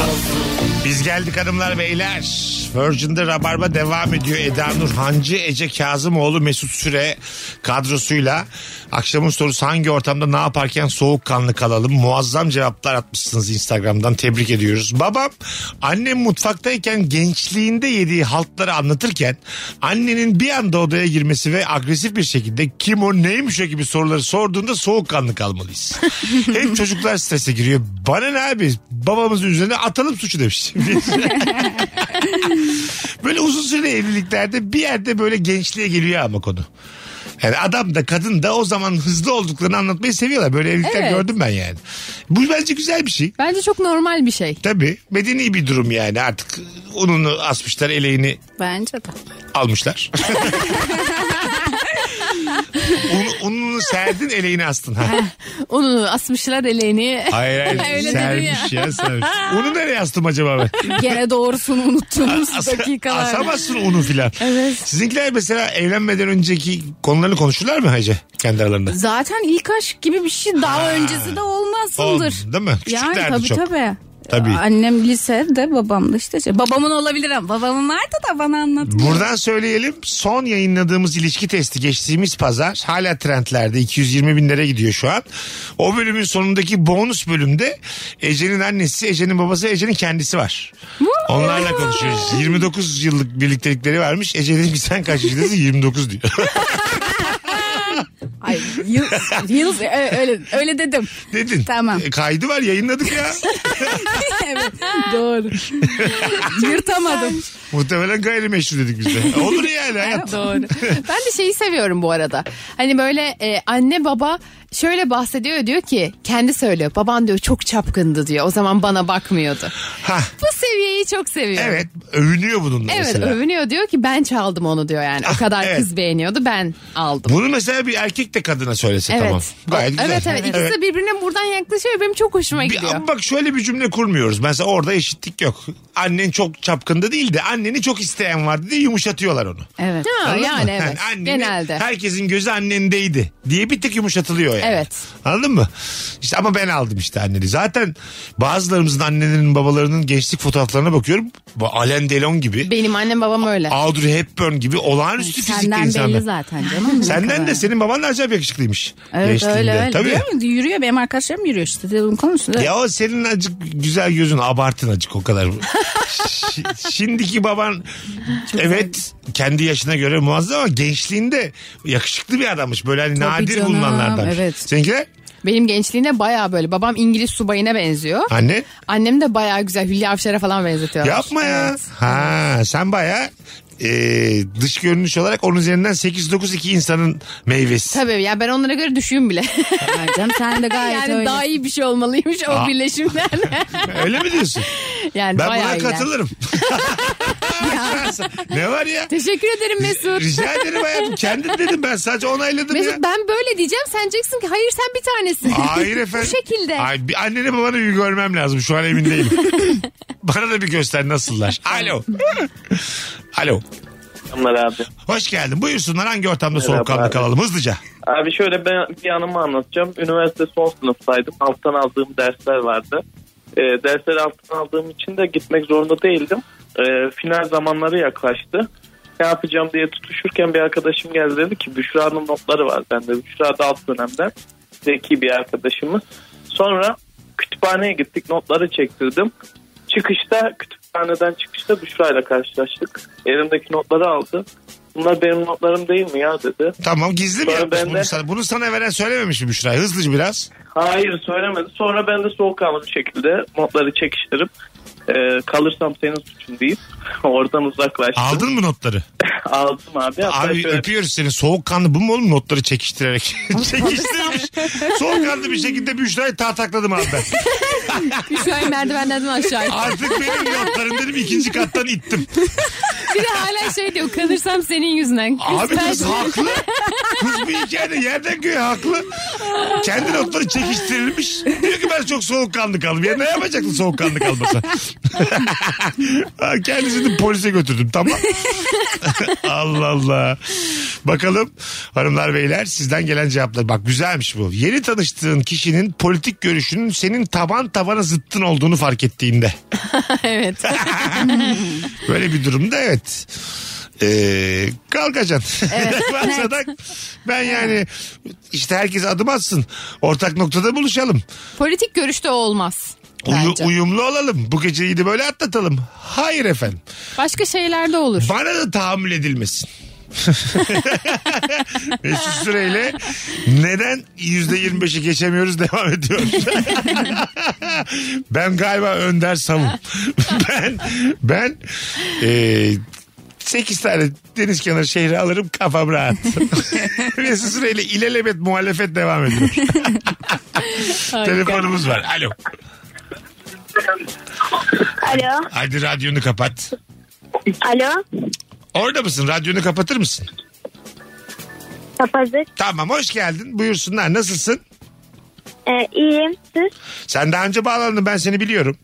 S3: Biz geldik hanımlar beyler. Virgin'de Rabarba devam ediyor. Eda Nur Hancı, Ece Kazımoğlu, Mesut Süre kadrosuyla. Akşamın sorusu hangi ortamda ne yaparken soğukkanlı kalalım? Muazzam cevaplar atmışsınız Instagram'dan. Tebrik ediyoruz. Babam annem mutfaktayken gençliğinde yediği haltları anlatırken annenin bir anda odaya girmesi ve agresif bir şekilde kim o neymiş o gibi soruları sorduğunda soğukkanlı kalmalıyız. Hep çocuklar strese giriyor. Bana ne abi babamızın üzerine atalım suçu demiş. böyle uzun süreli evliliklerde bir yerde böyle gençliğe geliyor ama konu. Yani adam da kadın da o zaman hızlı olduklarını anlatmayı seviyorlar. Böyle evlilikler
S4: Evet.
S3: gördüm ben yani. Bu bence güzel bir şey.
S4: Bence çok normal bir şey.
S3: Tabii medeni bir durum yani artık ununu asmışlar eleğini
S5: Bence de.
S3: almışlar. Un, ununu serdin eleğini astın. Ha.
S4: Onu asmışlar eleğini.
S3: Hayır hayır
S4: Öyle
S3: sermiş ya. sermiş. Unu nereye astım acaba ben?
S5: Gene doğrusunu unuttuğumuz
S3: Asa-
S5: dakikalar.
S3: Asamazsın unu filan. Sizinkiler mesela evlenmeden önceki konularını konuşurlar mı Hacı kendi aralarında?
S5: Zaten ilk aşk gibi bir şey daha öncesi de olmasındır.
S3: Oldu, değil mi?
S5: Yani
S3: Küçüklerdi
S5: tabii
S3: çok.
S5: tabii.
S3: Tabii.
S5: Annem lisede babam da işte. şey- Babamın olabilir ama babamın vardı da bana anlatmıyor.
S3: Buradan söyleyelim son yayınladığımız ilişki testi geçtiğimiz pazar hala trendlerde 220 binlere gidiyor şu an. O bölümün sonundaki bonus bölümde Ece'nin annesi, Ece'nin babası, Ece'nin kendisi var. Onlarla konuşuyoruz. 29 yıllık birliktelikleri varmış. Ece dedim ki sen kaç yaşındasın? 29 diyor.
S5: Ay yıl, yıl ö- öyle, öyle dedim.
S3: Dedin.
S5: Tamam.
S3: E, kaydı var yayınladık ya.
S5: evet, doğru. Yırtamadım.
S3: Muhtemelen gayrimeşru dedik biz de. Olur yani hayat.
S4: Doğru. ben de şeyi seviyorum bu arada. Hani böyle e, anne baba şöyle bahsediyor diyor ki kendi söylüyor. Baban diyor çok çapkındı diyor. O zaman bana bakmıyordu.
S3: Ha,
S4: Bu seviyeyi çok seviyorum.
S3: evet övünüyor bununla
S4: Evet
S3: mesela. Ah,
S4: övünüyor diyor ki ben çaldım onu diyor yani. O kadar
S3: evet.
S4: kız beğeniyordu ben aldım.
S3: Bunu mesela bir erkek de kadına söylese
S4: evet.
S3: tamam. Gayet güzel.
S4: Evet evet ikisi de birbirine buradan yaklaşıyor benim çok hoşuma
S3: Bir-
S4: gidiyor.
S3: ama bak şöyle bir cümle kurmuyoruz. Mesela orada eşitlik yok. Annen çok çapkında değil de anneni çok isteyen vardı diye yumuşatıyorlar onu.
S5: Hani Evet.
S4: Ha,
S3: Anladın
S4: yani
S3: mı?
S4: evet
S3: anneni-
S4: genelde.
S3: Herkesin gözü annendeydi diye bir tık yumuşatılıyor yani.
S4: Evet.
S3: Anladın mı? İşte ama ben aldım işte anneni. Zaten bazılarımızın annelerinin babalarının gençlik fotoğraflarına bakıyorum. Bu Alain Delon gibi.
S4: Benim annem babam öyle.
S3: Audrey Hepburn gibi olağanüstü fizikli
S5: Hani Senden belli
S3: insanlar.
S5: zaten canım.
S3: Senden de
S5: Kadar.
S3: senin baban da acayip yakışıklıymış.
S5: Evet
S3: gençliğinde.
S5: öyle öyle.
S3: Tabii.
S5: Diyor mu? Yürüyor benim arkadaşlarım yürüyor işte. Dedim konusunda.
S3: Ya o senin acık güzel gözün abartın acık o kadar. Ş- Şimdiki baban evet kendi yaşına göre muazzam ama gençliğinde yakışıklı bir adammış. Böyle hani nadir
S5: canım,
S3: bulunanlardan.
S5: evet.
S3: Seninkiler
S4: Benim gençliğine baya böyle babam İngiliz subayına benziyor.
S3: anne
S4: Annem de baya güzel Hülya Avşar'a falan benzetiyorlar.
S3: yapma ya. Ha sen baya dış görünüş olarak onun üzerinden 8-9-2 insanın meyvesi.
S4: Tabii ya ben onlara göre düşüğüm bile.
S5: Ya canım sen de gayet
S4: yani
S5: öyle.
S4: daha iyi bir şey olmalıymış o
S3: Aa.
S4: birleşimden.
S3: Öyle mi diyorsun?
S4: yani
S3: Ben
S4: bayağı
S3: buna
S4: iyiler.
S3: katılırım. ne var ya?
S4: Teşekkür ederim Mesut.
S3: Rica ederim hayatım. Kendin dedim ben sadece onayladım ya.
S4: Mesut ben böyle diyeceğim sen diyeceksin ki hayır sen bir tanesin.
S3: Hayır efendim.
S4: Bu şekilde.
S3: Ay, bir anneni babanı bir görmem lazım. Şu an emin değilim. Bana da bir göster nasıllar. Alo. Alo.
S9: Onlar abi.
S3: Hoş geldin. Buyursunlar hangi ortamda
S9: Merhaba
S3: soğukkanlı
S9: abi.
S3: kalalım hızlıca.
S9: Abi şöyle ben bir anımı anlatacağım. Üniversite son sınıftaydım. Alttan aldığım dersler vardı. Ee, dersleri alttan aldığım için de gitmek zorunda değildim. Ee, final zamanları yaklaştı. Ne yapacağım diye tutuşurken bir arkadaşım geldi dedi ki Büşra'nın notları var bende. Büşra da alt dönemden zeki bir arkadaşımız. Sonra kütüphaneye gittik notları çektirdim. Çıkışta kütüphaneden çıkışta Büşra ile karşılaştık. Elimdeki notları aldı. Bunlar benim notlarım değil mi ya dedi.
S3: Tamam gizli mi
S9: Sonra
S3: yapmış
S9: ben
S3: bunu
S9: de-
S3: sana? Bunu sana veren söylememiş mi Büşra? Hızlıca biraz.
S9: Hayır söylemedi. Sonra ben de soğukkanlı bir şekilde notları çekiştirip e, kalırsam senin suçun deyip oradan uzaklaştım.
S3: Aldın mı notları?
S9: Aldım abi. Hatta
S3: Abi
S9: şöyle-
S3: öpüyoruz seni. Soğukkanlı bu mu oğlum notları çekiştirerek? Çekiştirmiş. Soğukkanlı bir şekilde Büşra'yı tahtakladım abi ben.
S4: Şu an merdivenlerden aşağı. in.
S3: Artık benim notlarım dedim ikinci kattan ittim.
S4: bir de hala şey diyor kanırsam senin yüzünden.
S3: Abi
S4: Kız
S3: kız
S4: ben-
S3: haklı. Kız bir hikayede yerden göğe haklı. Kendi notları çekiştirilmiş. Diyor ki ben çok soğukkanlı kaldım. Ya ne yapacaktın soğukkanlı kalmasa? Kendisini polise götürdüm tamam. Allah Allah. Bakalım hanımlar beyler sizden gelen cevaplar. Bak güzelmiş bu. Yeni tanıştığın kişinin politik görüşünün senin taban tabana zıttın olduğunu fark ettiğinde.
S4: evet.
S3: Böyle bir durumda evet. Ee, kalkacaksın. Varsa da ben yani işte herkes adım atsın. Ortak noktada buluşalım.
S4: Politik görüşte o olmaz.
S3: Uyu-
S4: Bence.
S3: uyumlu olalım. Bu geceyi de böyle atlatalım. Hayır efendim.
S4: Başka şeylerde olur.
S3: Bana da tahammül edilmesin. Mesut Süreyle neden %25'i geçemiyoruz devam ediyor. ben galiba Önder Savun. ben ben e, 8 tane deniz kenarı şehri alırım kafam rahat. Mesut Süreyle ilelebet muhalefet devam ediyor. Telefonumuz var. Alo.
S8: Alo.
S3: Hadi radyonu kapat.
S8: Alo.
S3: Orada mısın? Radyonu kapatır mısın?
S8: Kapazık.
S3: Tamam hoş geldin. Buyursunlar. Nasılsın?
S8: Ee, iyiyim. Siz?
S3: Sen daha önce bağlandın ben seni biliyorum.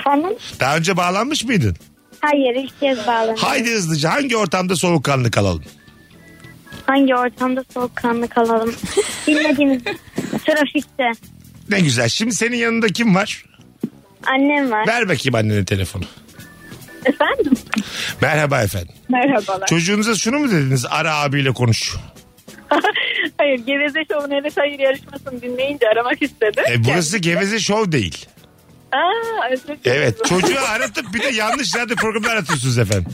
S8: Efendim?
S3: Daha önce bağlanmış mıydın?
S8: Hayır ilk kez bağlandım.
S3: Haydi hızlıca hangi ortamda soğukkanlı kalalım?
S8: Hangi ortamda soğukkanlı kalalım? Bilmediğimiz trafikte.
S3: Ne güzel. Şimdi senin yanında kim var?
S8: Annem var.
S3: Ver bakayım annenin telefonu.
S8: Efendim?
S3: Merhaba efendim.
S8: Merhabalar.
S3: Çocuğunuza şunu mu dediniz? Ara abiyle koş.
S8: hayır Geveze Show'un Evet Hayır yarışmasını dinleyince aramak istedi.
S3: E, burası geveze şov değil.
S8: Aa, özür dilerim.
S3: Evet. Çocuğu aratıp bir de yanlış radyo programda aratıyorsunuz efendim.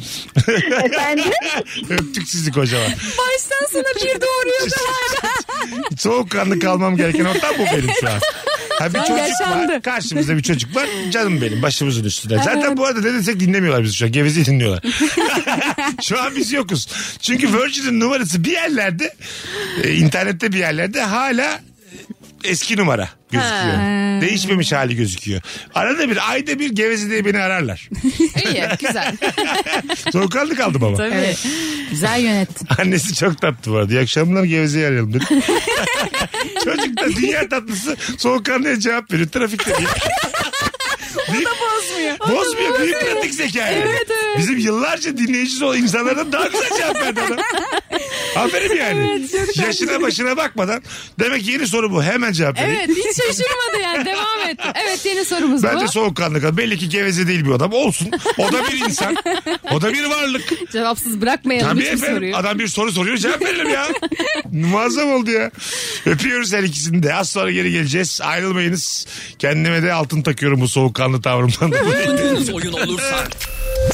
S8: Efendim?
S3: Öptük sizi kocaman.
S4: Baştan sana bir doğruyordu hala.
S3: Soğukkanlı kalmam gereken ortam bu benim şu an. Ha bir çocuk var. Karşımızda bir çocuk var. Canım benim başımızın üstüne. Zaten bu arada ne desek dinlemiyorlar bizi şu an. Gevezeyi dinliyorlar. şu an biz yokuz. Çünkü Virgin'in numarası bir yerlerde e, internette bir yerlerde hala e, eski numara gözüküyor. Değişmemiş hali gözüküyor. Arada bir ayda bir gevezi diye beni ararlar.
S4: İyi güzel.
S3: Soğukkanlı kaldım ama.
S5: Evet. Güzel yönettin.
S3: Annesi çok tatlı bu arada. İyi akşamlar gevezeyi arayalım dedi. Çocuk da dünya tatlısı soğukkanlıya cevap veriyor. Trafikte diye. o da bozmuyor. Bozmuyor. Büyük pratik zeka. yani. Bizim yıllarca dinleyicisi olan insanlardan daha güzel cevap verdi adam. Aferin yani. Yaşına başına bakmadan. Demek ki yeni soru bu. Hemen cevap vereyim.
S4: Evet hiç şaşırmadı yani devam et. Evet yeni sorumuz
S3: Bence
S4: bu.
S3: soğukkanlı kadın. Belli ki geveze değil bir adam. Olsun. O da bir insan. O da bir varlık.
S4: Cevapsız bırakmayalım
S3: Tabii
S4: hiçbir
S3: efendim.
S4: soruyu.
S3: Adam bir soru soruyor cevap verelim ya. Muazzam oldu ya. Öpüyoruz her ikisini de. Az sonra geri geleceğiz. Ayrılmayınız. Kendime de altın takıyorum bu soğukkanlı tavrımdan.
S2: Oyun olursa.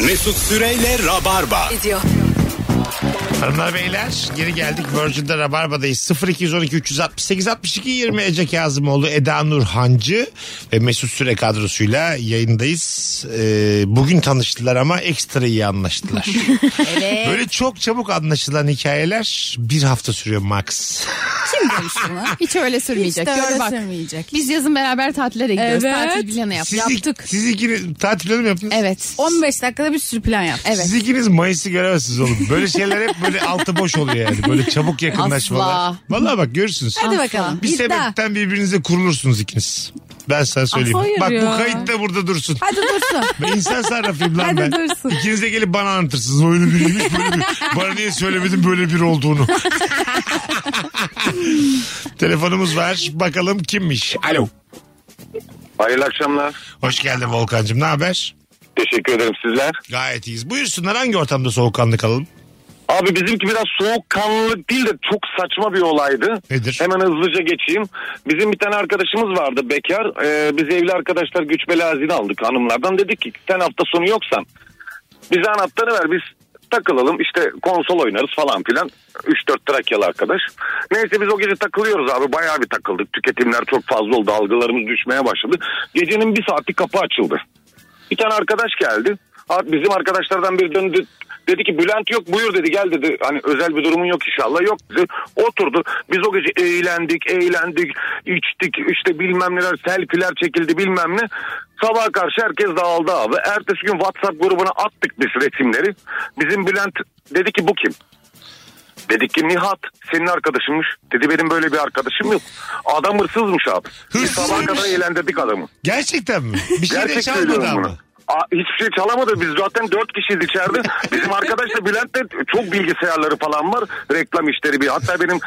S2: Mesut Süreyle Rabarba.
S3: Hanımlar beyler geri geldik. Virgin'de Rabarba'dayız. 0212 368 62 20 Ece Kazımoğlu, Eda Nur Hancı ve Mesut Süre kadrosuyla yayındayız. Ee, bugün tanıştılar ama ekstra iyi anlaştılar. Böyle çok çabuk anlaşılan hikayeler bir hafta sürüyor max.
S5: Kim demiş bunu?
S4: Hiç öyle sürmeyecek.
S5: Hiç de
S4: Gör
S5: öyle
S4: bak.
S5: sürmeyecek.
S4: Biz yazın beraber tatillere gidiyoruz.
S5: Evet.
S4: Tatil planı yap.
S3: Siz, Siz ikiniz tatil planı mı yaptınız?
S4: Evet.
S5: 15 dakikada bir sürü plan yaptık.
S4: Evet.
S3: Siz ikiniz Mayıs'ı göremezsiniz oğlum. Böyle şeyler hep böyle altı boş oluyor yani. Böyle çabuk yakınlaşmalar.
S4: Asla.
S3: Vallahi bak görürsünüz.
S5: Hadi bakalım.
S3: Bir
S5: İddia.
S3: sebepten birbirinize kurulursunuz ikiniz. Ben sana söyleyeyim.
S5: hayır
S3: bak bu
S5: ya.
S3: kayıt da burada dursun.
S5: Hadi dursun.
S3: Ben insan sarrafıyım lan
S5: Hadi
S3: ben.
S5: dursun.
S3: İkiniz de gelip bana anlatırsınız. Böyle biriymiş böyle bir. Bana niye söylemedin böyle bir olduğunu. Telefonumuz var. Bakalım kimmiş? Alo.
S10: Hayırlı akşamlar.
S3: Hoş geldin Volkan'cığım. Ne haber?
S10: Teşekkür ederim sizler.
S3: Gayet iyiyiz. Buyursunlar hangi ortamda soğukkanlı kalalım?
S10: Abi bizimki biraz soğukkanlılık değil de çok saçma bir olaydı.
S3: Nedir?
S10: Hemen hızlıca geçeyim. Bizim bir tane arkadaşımız vardı bekar. Ee, biz evli arkadaşlar güç belazini aldık hanımlardan. Dedik ki sen hafta sonu yoksan bize anahtarı ver biz takılalım işte konsol oynarız falan filan 3-4 Trakyalı arkadaş. Neyse biz o gece takılıyoruz abi bayağı bir takıldık tüketimler çok fazla oldu algılarımız düşmeye başladı. Gecenin bir saati kapı açıldı. Bir tane arkadaş geldi. Ar- Bizim arkadaşlardan biri döndü. Dedi ki Bülent yok buyur dedi gel dedi. Hani özel bir durumun yok inşallah yok dedi. Oturdu. Biz o gece eğlendik eğlendik içtik işte bilmem neler selfiler çekildi bilmem ne. Sabah karşı herkes dağıldı abi. Ertesi gün WhatsApp grubuna attık biz resimleri. Bizim Bülent dedi ki bu kim? Dedik ki Nihat senin arkadaşınmış. Dedi benim böyle bir arkadaşım yok. Adam hırsızmış abi. Biz sabaha
S3: Hırsızmış.
S10: kadar eğlendirdik adamı.
S3: Gerçekten mi? Bir şey de
S10: Gerçek söylüyorum
S3: çalmadı
S10: bunu.
S3: ama.
S10: Aa, hiçbir şey çalamadı. Biz zaten dört kişiyiz içeride. Bizim arkadaş da Bülent de çok bilgisayarları falan var. Reklam işleri bir. Hatta benim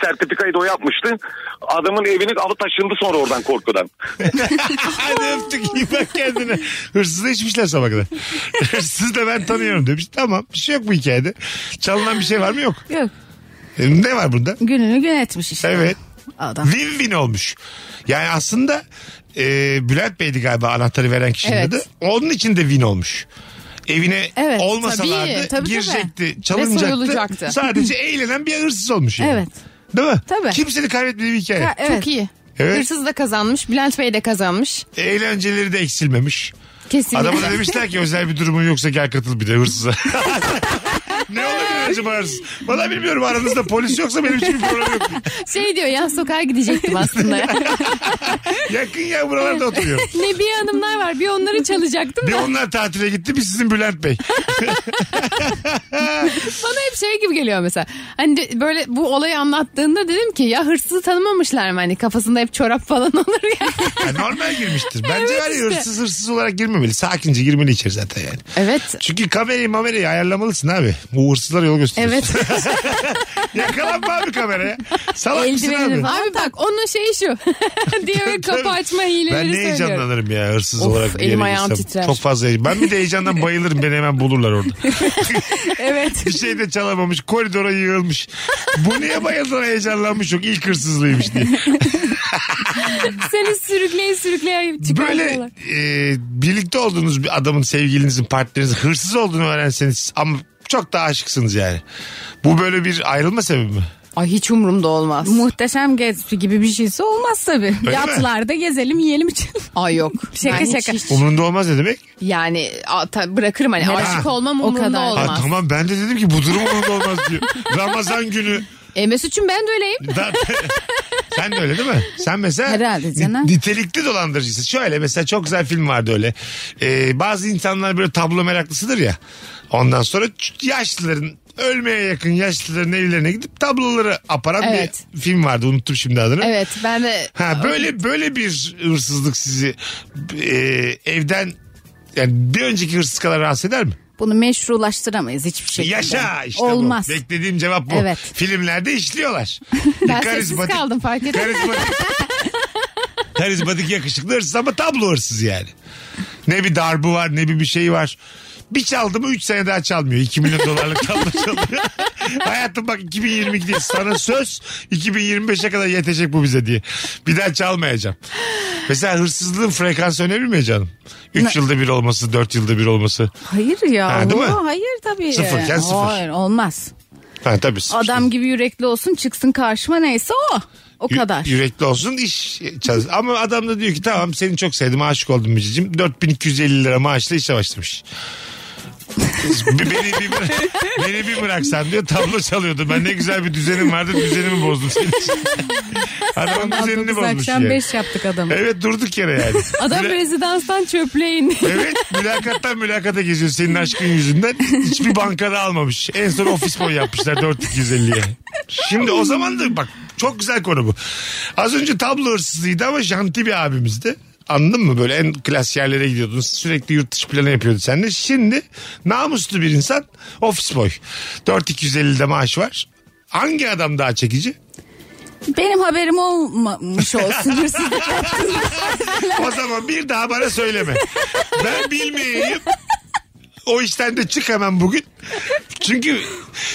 S10: sertifikayı da o yapmıştı. Adamın evinin avı taşındı sonra oradan korkudan.
S3: Hadi öptük iyi bak kendine. Hırsızla içmişler sabah kadar. Hırsız da ben tanıyorum demiş. Tamam bir şey yok bu hikayede. Çalınan bir şey var mı yok.
S5: Yok.
S3: E, Ne var bunda?
S5: Gününü gün etmiş işte.
S3: Evet.
S5: Adam.
S3: Win win olmuş. Yani aslında e, Bülent Bey'di galiba anahtarı veren kişinin
S4: Evet.
S3: adı. Onun için de win olmuş. Evine
S5: Evet,
S3: olmasalardı
S4: tabii, tabii,
S3: girecekti,
S4: Ve
S3: çalınacaktı.
S4: soyulacaktı.
S3: Sadece eğlenen bir hırsız olmuş. Yani.
S5: Evet.
S3: Değil mi?
S5: Tabii.
S3: Kimseni kaybetmediği bir hikaye.
S5: Ha, evet.
S4: Çok iyi.
S3: Evet.
S4: Hırsız da kazanmış. Bülent Bey de kazanmış.
S3: Eğlenceleri de eksilmemiş.
S4: Kesinlikle.
S3: Adama da demişler ki özel bir durumun yoksa gel katıl bir de hırsıza. ne olabilir acaba hırsız? Valla bilmiyorum aranızda polis yoksa benim için bir problem yok.
S4: Şey diyor ya sokağa gidecektim aslında. ya.
S3: Yakın ya buralarda oturuyor.
S4: ne bir hanımlar var bir onları çalacaktım
S3: Bir
S4: da.
S3: onlar tatile gitti bir sizin Bülent Bey.
S4: Bana hep şey gibi geliyor mesela. Hani de- böyle bu olayı anlattığında dedim ki ya hırsızı tanımamışlar mı? Hani kafasında hep çorap falan olur ya.
S3: Ya normal girmiştir. Bence
S4: Evet
S3: var ya,
S4: işte.
S3: hırsız hırsız olarak girmemeli. Sakince girmeli içeri zaten yani.
S4: evet.
S3: Çünkü kamerayı mamerayı ayarlamalısın abi. Bu hırsızlara yol gösteriyorsun.
S4: Evet.
S3: Yakalanma abi kameraya. Salak mısın
S5: Eldiveni
S3: abi?
S5: var.
S4: Abi bak onun şeyi şu. diye böyle kapı açma hileleri
S3: Ben ne
S4: söylüyorum.
S3: heyecanlanırım ya hırsız
S4: Of,
S3: olarak. bir
S4: elim
S3: yere
S4: ayağım
S3: girsem.
S4: titrer.
S3: Çok fazla heyecan. Ben bir de heyecandan bayılırım. Beni hemen bulurlar orada.
S5: Evet.
S3: Bir şey de çalamamış. Koridora yığılmış. Bu niye bayıldın heyecanlanmış yok. İlk hırsızlıymış diye.
S4: Seni sürükleye sürükleye
S3: Böyle
S4: çıkartıyorlar.
S3: e, birlikte olduğunuz bir adamın sevgilinizin partnerinizin hırsız olduğunu öğrenseniz ama çok daha aşıksınız yani. Bu böyle bir ayrılma sebebi mi?
S4: Ay hiç umurumda olmaz.
S5: Muhteşem Gatsby gibi bir şeyse olmaz tabii.
S3: mi?
S5: Yatlarda gezelim yiyelim için.
S4: Ay yok.
S5: Şaka
S4: Ben hiç-
S5: şaka.
S4: hiç-
S3: Umrunda olmaz ne demek?
S4: Yani a, ta- bırakırım hani aşık olmam
S5: O
S4: umurumda
S5: kadar.
S3: Ha,
S4: olmaz.
S3: tamam ben de dedim ki bu durum umrunda olmaz diyor. Ramazan günü.
S4: E Mesut'cum ben de öyleyim.
S3: Da- Sen de öyle değil mi? Sen mesela
S5: Herhalde
S3: ni-
S5: canım.
S3: nitelikli dolandırıcısın. Şöyle mesela çok güzel film vardı öyle. Ee, bazı insanlar böyle tablo meraklısıdır ya. Ondan sonra ç- yaşlıların ölmeye yakın yaşlıların evlerine gidip tabloları aparan
S4: Evet.
S3: bir film vardı. Unuttum şimdi adını.
S4: Evet ben de
S3: Ha böyle böyle bir hırsızlık sizi e, evden yani bir önceki hırsız kadar rahatsız eder mi?
S5: Bunu meşrulaştıramayız hiçbir şekilde.
S3: Yaşa işte
S5: Olmaz.
S3: bu. Beklediğim cevap bu.
S5: Evet.
S3: Filmlerde işliyorlar.
S4: ben
S3: Bir
S4: sessiz kaldım fark ettim.
S3: Karizmatik. karizmatik yakışıklı hırsız ama tablo hırsız yani. Ne bir darbı var ne bir bir şey var. Bir çaldı mı 3 sene daha çalmıyor. 2 milyon dolarlık tablo çalıyor. Hayatım bak 2022'de sana söz 2025'e kadar yetecek bu bize diye. Bir daha çalmayacağım. Mesela hırsızlığın frekansı önemli mi canım? 3 yılda bir olması 4 yılda bir olması.
S5: Hayır ya.
S3: Ha, değil mi?
S5: Oo, Hayır tabii.
S3: Sıfırken sıfır.
S5: Hayır olmaz.
S3: Ha, tabii.
S5: Adam gibi yürekli olsun çıksın karşıma neyse o. O
S3: Yü-
S5: kadar.
S3: Yürekli olsun iş çalış. Ama adam da diyor ki tamam seni çok sevdim aşık oldum Mücicim. 4250 lira maaşla işe başlamış. Bir- beni, bir, bıra- beni bir bıraksan diyor tablo çalıyordu. Ben ne güzel bir düzenim vardı düzenimi bozdum senin için. Adamın düzenini
S5: Dokuz
S3: bozmuş
S5: akşam
S3: yani.
S5: 5 yaptık adamı.
S3: Evet durduk yere yani.
S4: Adam
S3: Müla-
S4: rezidanstan çöpleyin.
S3: Evet mülakattan mülakata geziyor senin aşkın yüzünden. Hiçbir bankada almamış. En son ofis boyu yapmışlar 4250'ye. Şimdi o zaman da bak çok güzel konu bu. Az önce tablo hırsızıydı ama janti bir abimizdi. Anladın mı? Böyle en klas yerlere gidiyordun. Sürekli yurt dışı planı yapıyordu seninle. Şimdi namuslu bir insan ofis boy. 4250'de maaş var. Hangi adam daha çekici?
S5: Benim haberim olmamış olsun. hırsızlık.
S3: O zaman bir daha bana söyleme. Ben bilmeyeyim. O işten de çık hemen bugün. Çünkü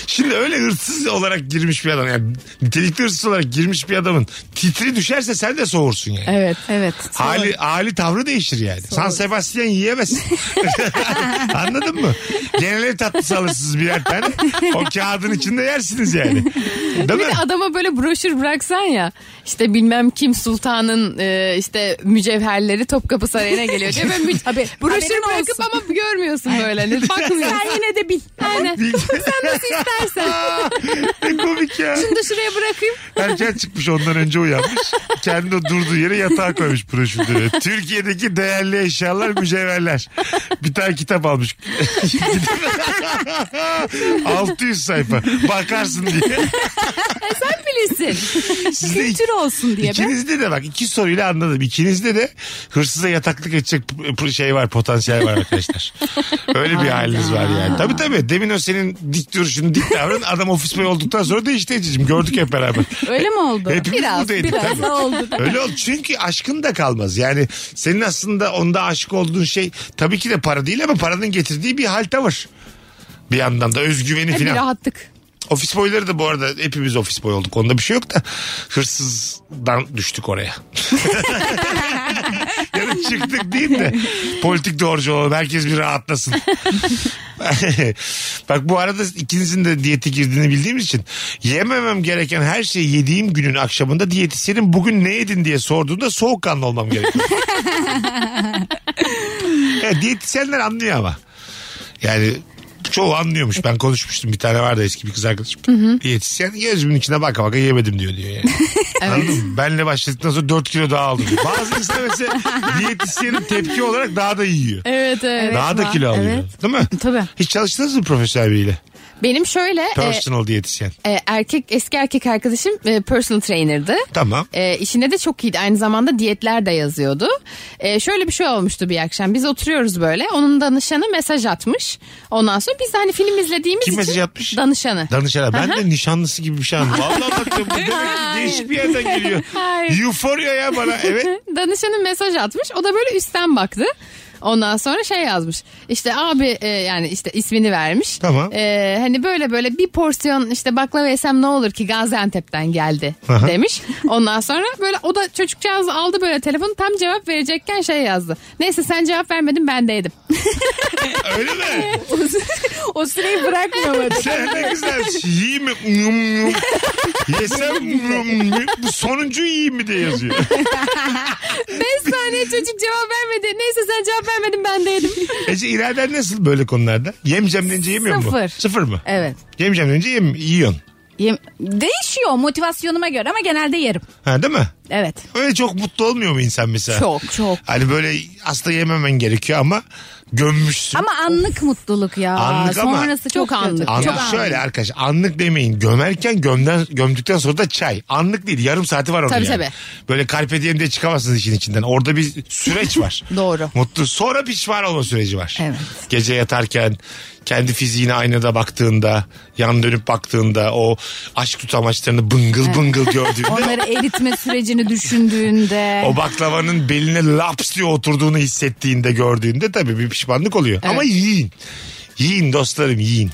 S3: şimdi öyle hırsız olarak girmiş bir adam. Yani nitelikli hırsız olarak girmiş bir adamın titri düşerse sen de soğursun yani.
S4: evet.
S5: evet.
S3: Hali, hali tavrı değişir yani. San Sebastian yiyemezsin. Anladın mı? Genel tatlısı alırsınız birer tane. O kağıdın içinde yersiniz yani. Değil mi?
S4: Bir de adama böyle broşür bıraksan ya işte bilmem kim sultanın e, işte mücevherleri Topkapı Sarayı'na geliyor diye böyle mü-
S5: Abi,
S4: broşür
S5: haberin
S4: bırakıp
S5: olsun.
S4: ama görmüyorsun böyle hani bakmıyorsun.
S5: Sen yine de bil.
S4: Aynen.
S3: Bil-
S4: Sen nasıl istersen.
S3: ne komik. komik ya.
S4: Şunu da şuraya bırakayım.
S3: Erken çıkmış ondan önce uyanmış. Kendi o durduğu yere yatağa koymuş broşürleri. Türkiye'deki değerli eşyalar mücevherler. Bir tane kitap almış. 600 sayfa. Bakarsın diye.
S5: Sen bilirsin.
S3: Sizde
S5: Kültür olsun diye be.
S3: İkinizde de bak iki soruyla anladım. İkinizde de hırsıza yataklık edecek p- p- şey var potansiyel var arkadaşlar. Öyle bir haliniz var yani. Tabii tabii demin o senin dik duruşunu dik davran adam ofis boyu olduktan sonra değişti Ececiğim. Gördük hep beraber.
S5: Öyle mi oldu?
S3: Hepimiz
S4: Biraz,
S3: buradaydık.
S5: biraz
S3: tabii.
S5: oldu.
S3: Öyle oldu çünkü aşkın da kalmaz. Yani senin aslında onda aşık olduğun şey tabii ki de para değil ama paranın getirdiği bir hal tavır. Bir yandan da özgüveni
S4: Hep bir
S3: filan.
S4: rahatlık.
S3: Ofis boyları da bu arada hepimiz ofis boy olduk. Onda bir şey yok da hırsızdan düştük oraya. ya da çıktık değil de politik doğrucu olalım. Herkes bir rahatlasın. Bak bu arada ikinizin de diyete girdiğini bildiğimiz için yememem gereken her şeyi yediğim günün akşamında diyetisyenin bugün ne yedin diye sorduğunda soğukkanlı olmam gerekiyor. evet, diyetisyenler anlıyor ama. Yani çoğu anlıyormuş. Ben konuşmuştum. Bir tane vardı eski bir kız arkadaşım. Diyetisyen gözümün içine baka baka yemedim diyor diyor yani. Anladın mı? Benle başladıktan sonra 4 kilo daha aldım. Bazı insan mesela diyetisyenin tepki olarak daha da yiyor.
S4: Evet evet.
S3: daha da
S5: var.
S3: kilo alıyor.
S5: Evet.
S3: Değil mi?
S5: Tabii.
S3: Hiç çalıştınız mı profesyonel biriyle?
S4: Benim şöyle e,
S3: Personal diyetisyen.
S4: e, erkek eski erkek arkadaşım e, personal trainer'dı.
S3: Tamam.
S4: E, işine de çok iyiydi. Aynı zamanda diyetler de yazıyordu. E, şöyle bir şey olmuştu bir akşam. Biz oturuyoruz böyle. Onun danışanı mesaj atmış. Ondan sonra biz de hani film izlediğimiz
S3: Kim
S4: için.
S3: mesaj atmış?
S4: Danışanı.
S3: Danışana. Ben de nişanlısı gibi bir şey anladım. Vallahi baktım. bu Demek ki değişik bir yerden geliyor. Euphoria ya bana. Evet.
S4: Danışanı mesaj atmış. O da böyle üstten baktı. Ondan sonra şey yazmış. İşte abi e, yani işte ismini vermiş.
S3: Tamam.
S4: E, hani böyle böyle bir porsiyon işte baklava yesem ne olur ki Gaziantep'ten geldi
S3: Aha.
S4: demiş. Ondan sonra böyle o da çocukcağız aldı böyle telefonu tam cevap verecekken şey yazdı. Neyse sen cevap vermedin ben de yedim.
S3: Öyle mi?
S5: o süreyi bırakmıyorlar.
S3: Sen ne güzelmiş. Yiyeyim mi? Ngım ngım. Yesem ngım ngım. Bu sonuncu yiyeyim mi diye yazıyor.
S4: 5 saniye çocuk cevap vermedi. Neyse sen cevap vermedin ben de yedim.
S3: Ece iraden nasıl böyle konularda? Yemeyeceğim deyince yemiyor mu?
S5: Sıfır.
S3: Sıfır mı?
S5: Evet.
S3: Yemeyeceğim deyince yem, yiyorsun.
S5: Yem- Değişiyor motivasyonuma göre ama genelde yerim.
S3: Ha değil mi?
S5: Evet.
S3: Öyle çok mutlu olmuyor mu insan mesela?
S5: Çok çok.
S3: Hani böyle aslında yememen gerekiyor ama gömmüşsün.
S5: Ama anlık mutluluk ya.
S3: Anlık ama-
S5: Sonrası çok,
S4: Çok anlık.
S5: kötü.
S3: Anlık
S5: Çok
S3: şöyle arkadaş anlık demeyin gömerken gömden, gömdükten sonra da çay anlık değil yarım saati var orada
S4: Tabii,
S3: yani.
S4: tabii.
S3: böyle carpe diem diye çıkamazsınız işin içinden orada bir süreç var
S4: Doğru.
S3: mutlu sonra pişman olma süreci var
S5: Evet.
S3: gece yatarken kendi fiziğine aynada baktığında yan dönüp baktığında o aşk tutamaçlarını bıngıl bıngıl gördüğünde
S5: Onları eritme sürecini düşündüğünde.
S3: o baklavanın beline laps diye oturduğunu hissettiğinde gördüğünde tabii bir pişmanlık oluyor ama yiyin yiyin dostlarım yiyin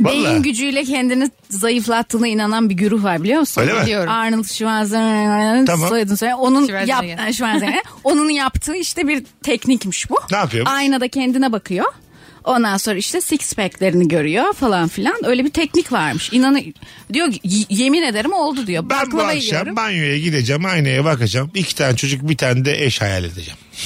S3: Vallahi.
S5: Beyin gücüyle kendini zayıflattığına inanan bir güruh var biliyor musun?
S3: Öyle mi?
S4: Biliyorum.
S5: Arnold Schwarzenegger'ın
S3: Tamam.
S5: soyadını söyle. Onun yap e,
S4: Schwarzenegger.
S5: Schwarzenegger. onun yaptığı işte bir teknikmiş bu.
S3: Ne yapıyormuş?
S5: Aynada kendine bakıyor. Ondan sonra işte six pack'lerini görüyor falan filan. Öyle bir teknik varmış. İnanın diyor ki, "Y- yemin ederim oldu diyor.
S3: Ben bu
S5: Baklava
S3: akşam
S5: yiyorum.
S3: banyoya gideceğim aynaya bakacağım. İki tane çocuk bir tane de eş hayal edeceğim.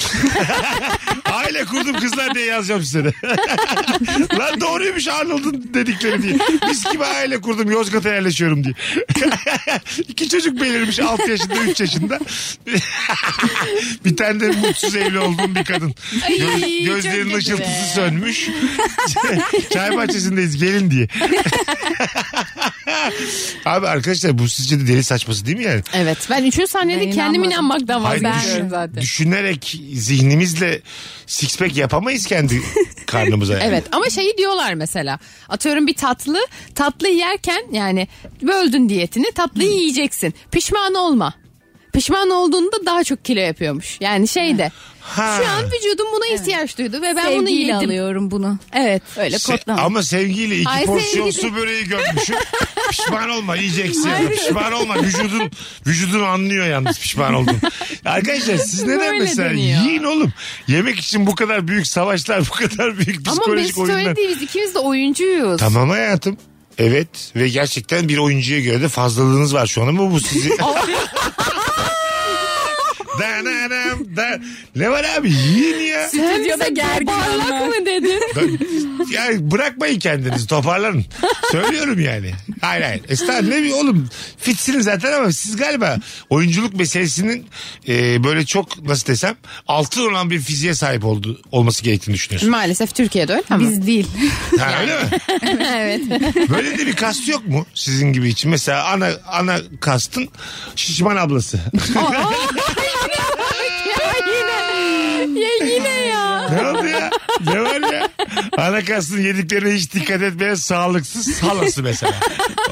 S3: Aile kurdum kızlar diye yazacağım size de. Lan doğruymuş Arnold'un dedikleri diye. Biz gibi aile kurdum Yozgat'a yerleşiyorum diye. İki çocuk belirmiş 6 yaşında 3 yaşında. bir tane de mutsuz evli olduğum bir kadın. Göz-
S4: Ay, çok
S3: gözlerinin
S4: kötü
S3: ışıltısı
S4: be.
S3: sönmüş. Çay bahçesindeyiz gelin diye. Abi arkadaşlar bu sizce de deli saçması değil mi yani?
S4: Evet ben 3. saniyede
S5: Ben
S4: kendim
S5: inanmadım.
S4: inanmaktan
S3: Hayır, şey
S4: vazgeçiyorum
S3: düş-
S4: zaten.
S3: Düşünerek zihnimizle six pack yapamayız kendi karnımıza. Yani.
S4: Evet ama şeyi diyorlar mesela atıyorum bir tatlı tatlı yerken yani böldün diyetini tatlıyı yiyeceksin pişman olma. Pişman olduğunda daha çok kilo yapıyormuş. Yani şey de
S3: Ha.
S4: şu an vücudum buna ihtiyaç duydu ve ben bunu
S5: Sevgiyle
S4: yedim.
S5: alıyorum bunu.
S4: Evet. Öyle
S3: Se- ama sevgiyle iki
S4: Ay,
S3: porsiyon
S4: sevgili-
S3: su böreği görmüşüm. pişman olma yiyeceksin. pişman olma vücudun vücudun anlıyor yalnız pişman oldun. Arkadaşlar siz neden
S4: Böyle
S3: mesela
S4: dönüyor.
S3: yiyin oğlum. Yemek için bu kadar büyük savaşlar bu kadar büyük
S4: ama
S3: psikolojik
S4: Mesut öyle
S3: oyunlar.
S4: değil biz ikimiz de oyuncuyuz.
S3: Tamam hayatım. Evet ve gerçekten bir oyuncuya göre de fazlalığınız var şu an ama bu sizi... Dananam, da ne var abi yiyin ya.
S5: Stüdyoda gergin ama.
S4: Ee, Parlak mı dedin?
S3: ya bırakmayın kendinizi toparlanın. Söylüyorum yani. Hayır hayır. Estağfurullah ne bir oğlum fitsiniz zaten ama siz galiba oyunculuk meselesinin e, böyle çok nasıl desem altın olan bir fiziğe sahip oldu, olması gerektiğini düşünüyorsun.
S4: Maalesef Türkiye'de öyle ama.
S5: Biz değil.
S3: Ha, öyle mi?
S4: evet.
S3: Böyle de bir kast yok mu sizin gibi için? Mesela ana ana kastın şişman ablası.
S4: ya yine ya.
S3: ne oldu ya? Ne var ya? Ana kastın yediklerine hiç dikkat etmeyen sağlıksız salası mesela.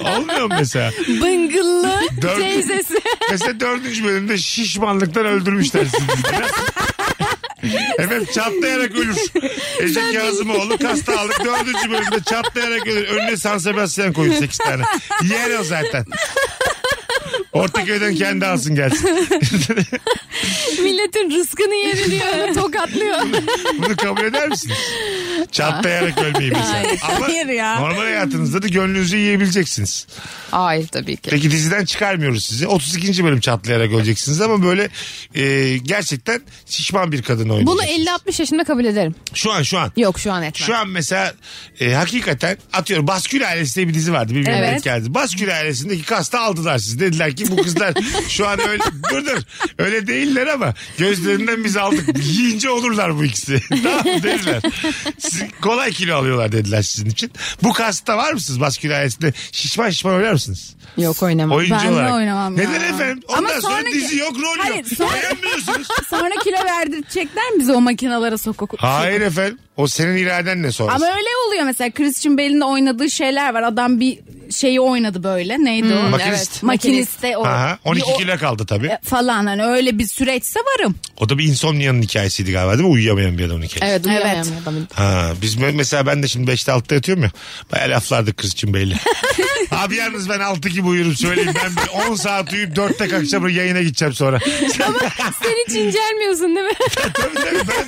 S3: Olmuyor mu mesela?
S5: Bıngıllı
S3: Dördü-
S5: teyzesi.
S3: Mesela dördüncü bölümde şişmanlıktan öldürmüşler sizi. Efendim çatlayarak ölür. Ece Kazımoğlu kasta aldık. Dördüncü bölümde çatlayarak ölür. Önüne San Sebastian koyun sekiz tane. Yer o zaten. Ortaköy'den kendi alsın gelsin.
S5: Milletin rızkını yeriliyor. Tokatlıyor.
S3: Bunu kabul eder misiniz? Çatlayarak ölmeyi mesela. Ama
S5: Hayır ya.
S3: normal hayatınızda da gönlünüzü yiyebileceksiniz.
S4: Hayır tabii ki.
S3: Peki diziden çıkarmıyoruz sizi. 32. bölüm çatlayarak öleceksiniz ama böyle e, gerçekten şişman bir kadın
S4: Bunu
S3: oynayacaksınız.
S4: 50-60 yaşında kabul ederim.
S3: Şu an şu an.
S4: Yok şu an etmem.
S3: Şu an mesela e, hakikaten atıyorum Baskül Ailesi diye bir dizi vardı. Bir
S5: Evet.
S3: evet. geldi. Baskül Ailesi'ndeki kasta aldılar siz. Dediler ki bu kızlar şu an öyle dur dur. Öyle değiller ama gözlerinden biz aldık. Yiyince olurlar bu ikisi. tamam mı? dediler. Siz kolay kilo alıyorlar dediler sizin için. Bu kasta var mısınız Baskül Ailesi'nde? Şişman şişman oynar mısınız?
S4: Yok oynamam.
S3: Oyuncu
S5: Ben de
S3: olarak.
S5: oynamam ya.
S3: Neden efendim?
S5: Ama
S3: Ondan sonra
S5: sonraki-
S3: dizi yok rol
S5: Hayır,
S3: yok.
S5: sonra-
S3: Beğenmiyorsunuz.
S5: Sonra kilo verdirecekler mi bizi o makinalara sokak? şey-
S3: Hayır efendim. O senin iraden ne sonrası?
S5: Ama öyle oluyor mesela Christian Bale'in de oynadığı şeyler var. Adam bir şeyi oynadı böyle. Neydi o?
S3: Makinist.
S5: Evet. Makiniste o.
S3: Hmm. Aha, 12
S5: Bir o-
S3: kilo kaldı tabii.
S5: e, falan hani öyle bir süreçse varım.
S3: O da bir insomnia'nın hikayesiydi galiba değil mi? Uyuyamayan bir adamın hikayesi.
S4: Evet uyuyamayan
S5: Evet.
S4: bir adamım.
S3: Ha, biz me- mesela ben de şimdi 5'te 6'da yatıyorum ya. Baya laflardık kız için belli. Abi yalnız ben 6 gibi uyurum söyleyeyim. Ben bir 10 saat uyuyup 4'te kalkacağım yayına gideceğim sonra.
S4: Sen hiç incelmiyorsun değil mi?
S3: Tabii tabii ben,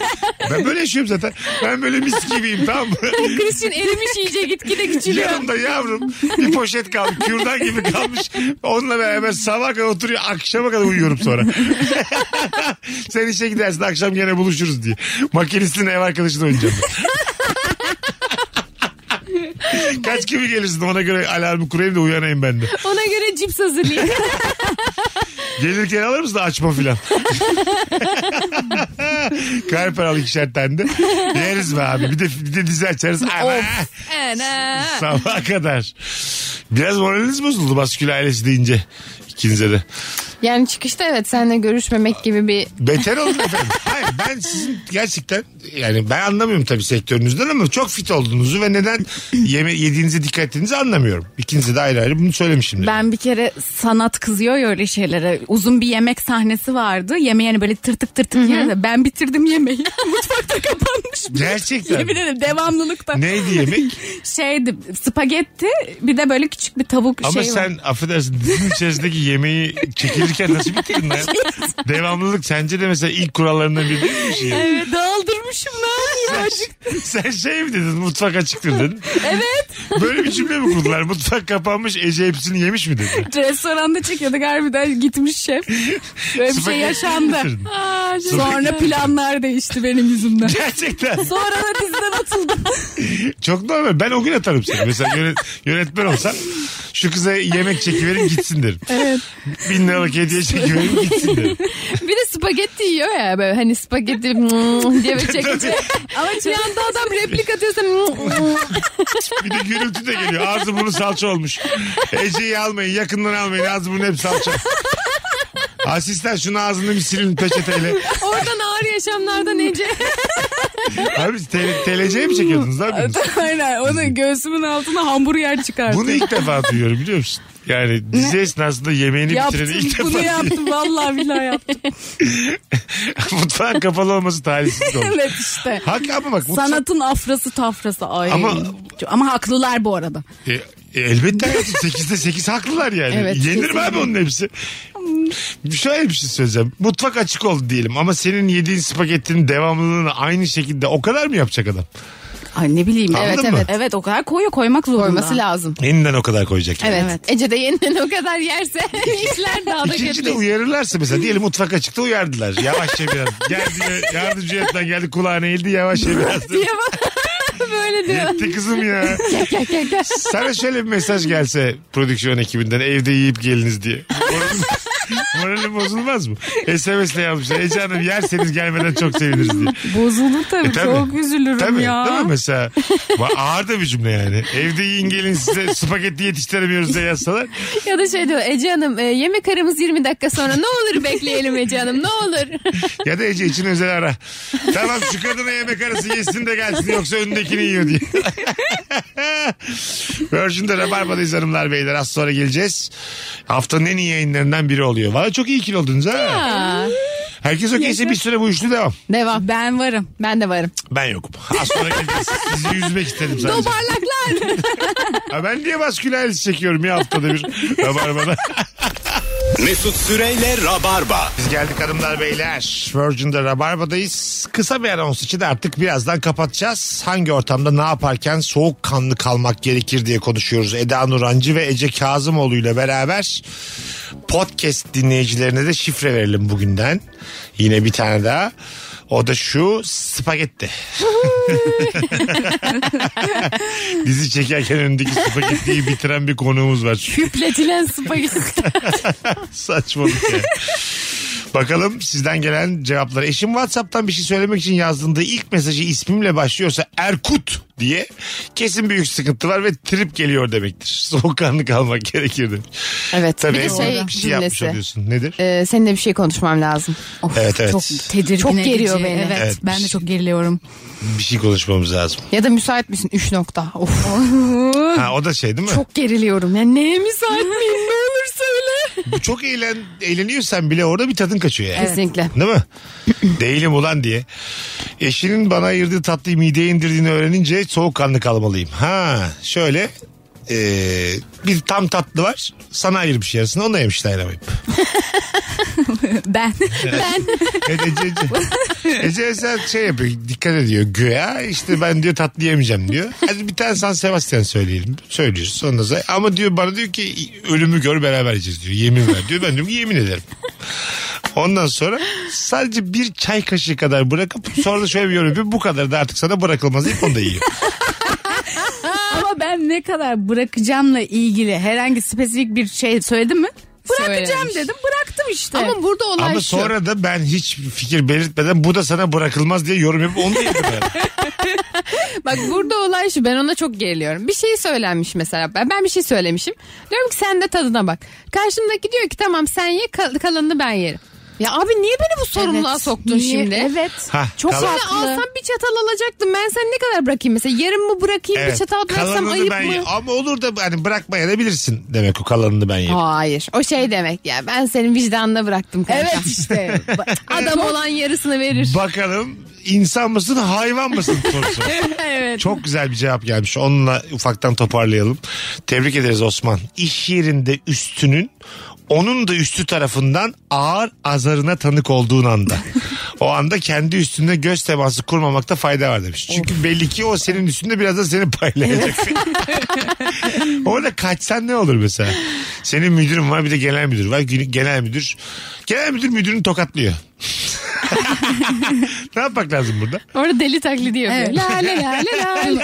S3: ben böyle yaşıyorum zaten. Ben böyle mis gibiyim tamam mı?
S4: Christian erimiş iyice gitgide küçülüyor.
S3: Yanımda yavrum bir poşet kaldı. Kürdan gibi kalmış. Onunla beraber sabah kadar oturuyor. Akşama kadar uyuyorum sonra. Sen işe gidersin akşam gene buluşuruz diye. Makinistin ev arkadaşını oynayacağım. ben. Kaç gibi gelirsin ona göre alarmı kurayım da uyanayım ben de.
S4: Ona göre cips hazırlayayım.
S3: Gelirken alır mısın da açma filan. Kalper al ikişer tane de. Yeriz be abi. Bir de, bir de dizi açarız. Ana.
S4: Ana.
S3: Sabaha kadar. Biraz moraliniz bozuldu baskül ailesi deyince ikinize de.
S4: Yani çıkışta evet seninle görüşmemek gibi bir
S3: Beter oldun efendim. Hayır ben sizin gerçekten yani ben anlamıyorum tabii sektörünüzden ama çok fit olduğunuzu ve neden yeme, yediğinize dikkat ettiğinizi anlamıyorum. İkinize de ayrı ayrı bunu söylemişim. Ben...
S5: Ben bir kere sanat kızıyor ya öyle şeylere. Uzun bir yemek sahnesi vardı. Yemeği hani böyle tırtık tırtık yerde. Ben bitirdim yemeği. Mutfakta kapanmış.
S3: Gerçekten.
S5: Yemin ederim devamlılıkta.
S3: Neydi yemek?
S5: Şeydi spagetti bir de böyle küçük bir tavuk
S3: Ama
S5: şey
S3: sen affedersin dizinin içerisindeki yemeği çekilirken nasıl bitirdin lan? Devamlılık sence de mesela ilk kurallarından biri değil mi bir şey?
S5: Evet dağıldırmışım ne yapayım acık.
S3: Sen şey mi dedin mutfak açıktır dedin. Evet. Böyle bir cümle mi kurdular? Mutfak kapanmış Ece hepsini yemiş mi dedi?
S5: Restoranda çekiyorduk harbiden gitmiş şef. Böyle bir şey
S3: Spagetti
S5: yaşandı.
S3: bitirdin.
S5: Sonra planlar değişti benim yüzümden.
S3: Gerçekten.
S5: Sonra da diziden atıldım.
S3: Çok normal. Ben o gün atarım seni. Mesela yönet- yönetmen olsam şu kıza yemek çekiverin gitsin derim. Evet. Bin liralık hediye çekiverin gitsin derim.
S4: Bir de spagetti yiyor ya böyle hani spagetti mm diye böyle çekince. Ama bir anda adam replik atıyorsa mm, mm.
S3: Bir de gürültü de geliyor. Ağzı burnu salça olmuş. Ece'yi almayın. Yakından almayın. Ağzı burnu hep salça. Asistan şunu ağzını bir silin peçeteyle.
S4: oradan ağır yaşamlardan Ece.
S3: Abi te- TLC'ye mi çekiyordunuz lan biriniz?
S5: Aynen o da göğsümün altına hamburger çıkardı.
S3: Bunu ilk defa duyuyorum biliyor musun? Yani dizi esnasında yemeğini
S5: yaptım
S3: bitireni ilk
S5: bunu
S3: defa
S5: yaptım vallahi billahi yaptım.
S3: mutfağın kapalı olması talihsiz olmuş.
S5: evet işte.
S3: Hak ama bak mutfak-
S5: Sanatın afrası tafrası ay.
S3: Ama-
S5: Ama, haklılar bu arada.
S3: E, e, elbette hayatım 8'de 8 haklılar yani.
S4: Evet,
S3: Yenir mi
S4: kesinlikle.
S3: abi onun hepsi? Şöyle bir şey söyleyeceğim. Mutfak açık oldu diyelim ama senin yediğin spagettinin devamlılığını aynı şekilde o kadar mı yapacak adam?
S5: Ay ne bileyim.
S3: Aldın
S5: evet
S3: mı?
S5: evet. Evet o kadar koyuyor koymak zorunda.
S4: Koyması lazım.
S3: Yeniden o kadar koyacak yani.
S4: Evet.
S5: Evet.
S4: Ece de yeniden o kadar yerse işler daha da
S3: İkinci
S4: kötü.
S3: de uyarırlarsa mesela diyelim mutfak açıkta uyardılar. Yavaş ye biraz. Geldi yardımcı yönetmen geldi kulağına eğildi yavaş ye biraz.
S5: Diye bak- Böyle diyor.
S3: Yetti kızım ya. Sana şöyle bir mesaj gelse prodüksiyon ekibinden evde yiyip geliniz diye. Moralim, moralim bozulmaz mı? SMS'le yazmışlar. Ece Hanım yerseniz gelmeden çok seviniriz diye.
S5: Bozuldu tabii.
S3: E, tabii.
S5: Çok üzülürüm
S3: Tabii
S5: ya.
S3: değil mi mesela? Va- Ağır da bir cümle yani. Evde yiyin gelin size spagetti yetiştiremiyoruz diye yazsalar.
S4: Ya da şey diyor Ece Hanım e, yemek aramız 20 dakika sonra ne olur bekleyelim Ece Hanım ne olur.
S3: Ya da Ece için özel ara. Tamam şu kadına yemek arası yesin de gelsin yoksa önündekini yiyor diye. Virgin'de Rabarba'dayız hanımlar beyler. Az sonra geleceğiz. Haftanın en iyi yayınlarından biri oluyor. Valla çok iyi kiloldunuz ha.
S4: Aa,
S3: Herkes okeyse bir süre bu üçlü devam.
S4: devam.
S5: Ben varım.
S4: Ben de varım.
S3: Ben yokum. Az sonra geleceğiz. Sizi yüzmek istedim sadece.
S4: Parlaklar.
S3: Ha, ben niye baskülalis çekiyorum ya haftada bir Rabarba'da.
S2: Mesut Süreyle Rabarba.
S3: Biz geldik hanımlar beyler. Virgin'de Rabarba'dayız. Kısa bir anons için de artık birazdan kapatacağız. Hangi ortamda ne yaparken soğukkanlı kalmak gerekir diye konuşuyoruz. Eda Nurancı ve Ece Kazımoğlu ile beraber podcast dinleyicilerine de şifre verelim bugünden. Yine bir tane daha. O da şu spagetti. Dizi çekerken önündeki spagettiyi bitiren bir konuğumuz var.
S4: Küpletilen spagetti.
S3: Saçmalık ya. Bakalım sizden gelen cevapları. Eşim WhatsApp'tan bir şey söylemek için yazdığında ilk mesajı ismimle başlıyorsa Erkut diye kesin büyük sıkıntı var ve trip geliyor demektir. Soğukkanlı kalmak gerekir demiş.
S4: Evet.
S3: Tabii
S4: bir de
S3: orada
S4: şey
S3: bir şey yapmış
S4: cümlesi.
S3: oluyorsun. Nedir?
S4: Ee, seninle bir şey konuşmam lazım.
S5: Of,
S3: Evet, evet.
S5: Çok tedirgin
S4: Çok geriyor
S5: edici.
S4: beni.
S5: Evet,
S3: Evet.
S5: ben de çok geriliyorum.
S3: Bir şey konuşmamız lazım.
S4: Ya da müsait misin? 3 nokta. Of.
S3: Ha, o da şey değil mi?
S4: Çok geriliyorum. Ya neye müsait miyim? Ne olur söyle.
S3: Çok, çok eğlen, eğleniyorsan bile orada bir tadın kaçıyor yani.
S4: Kesinlikle.
S3: Değil mi? Değilim ulan diye. Eşinin bana ayırdığı tatlıyı mideye indirdiğini öğrenince soğukkanlı kalmalıyım. Ha şöyle ee, bir tam tatlı var. Sana ayırmış yarısını ona yemiş dayanamayıp.
S5: Ben.
S3: Evet, E, Ece, Ece. Ece mesela şey yapıyor dikkat ediyor güya işte ben diyor tatlı yemeyeceğim diyor. Hadi bir tane San Sebastian söyleyelim. Söylüyoruz sonra sonra- ama diyor bana diyor ki ölümü gör beraber yiyeceğiz diyor. Yemin ver diyor ben diyorum ki yemin ederim. Ondan sonra sadece bir çay kaşığı kadar bırakıp sonra da şöyle bir yorum yapıyor. Bu kadar da artık sana bırakılmaz deyip onu da yiyor.
S5: Ama ben ne kadar bırakacağımla ilgili herhangi spesifik bir şey söyledim mi? Bırakacağım
S4: Söylemiş.
S5: dedim bıraktım işte.
S4: Ama burada olay
S3: Ama
S4: şu.
S3: sonra da ben hiç fikir belirtmeden bu da sana bırakılmaz diye yorum yapıp onu da yedim yani.
S4: Bak burada olay şu ben ona çok geriliyorum. Bir şey söylenmiş mesela ben, ben bir şey söylemişim. Diyorum ki sen de tadına bak. Karşımdaki diyor ki tamam sen ye kal- kalanını ben yerim. Ya abi niye beni bu sorumluluğa
S5: Evet.
S4: soktun
S5: Niye?
S4: şimdi?
S5: Evet.
S3: Hah,
S5: çok
S3: kalan-
S4: Şimdi alsam bir çatal alacaktım. Ben sen ne kadar bırakayım mesela? Yarım mı bırakayım bir çatal bıraksam
S3: Kalanını
S4: ayıp
S3: ben
S4: mı?
S3: ye- Ama olur da hani bırakmayabilirsin demek o kalanını ben yerim.
S4: Hayır. O şey demek ya. Ben senin vicdanına bıraktım kanka.
S5: Evet işte.
S4: Adam olan yarısını verir.
S3: Bakalım insan mısın hayvan mısın sorusu.
S4: evet.
S3: Çok güzel bir cevap gelmiş. Onunla ufaktan toparlayalım. Tebrik ederiz Osman. İş yerinde üstünün onun da üstü tarafından ağır azarına tanık olduğun anda. o anda kendi üstünde göz teması kurmamakta fayda var demiş. Çünkü belli ki o senin üstünde biraz da seni paylayacak. Orada kaçsan ne olur mesela? Senin müdürün var bir de genel müdür var. Gü- Genel müdür. Genel müdür müdürünü tokatlıyor. ne yapmak lazım burada?
S4: Orada deli taklidi yapıyor.
S5: Evet.
S4: La la la la la.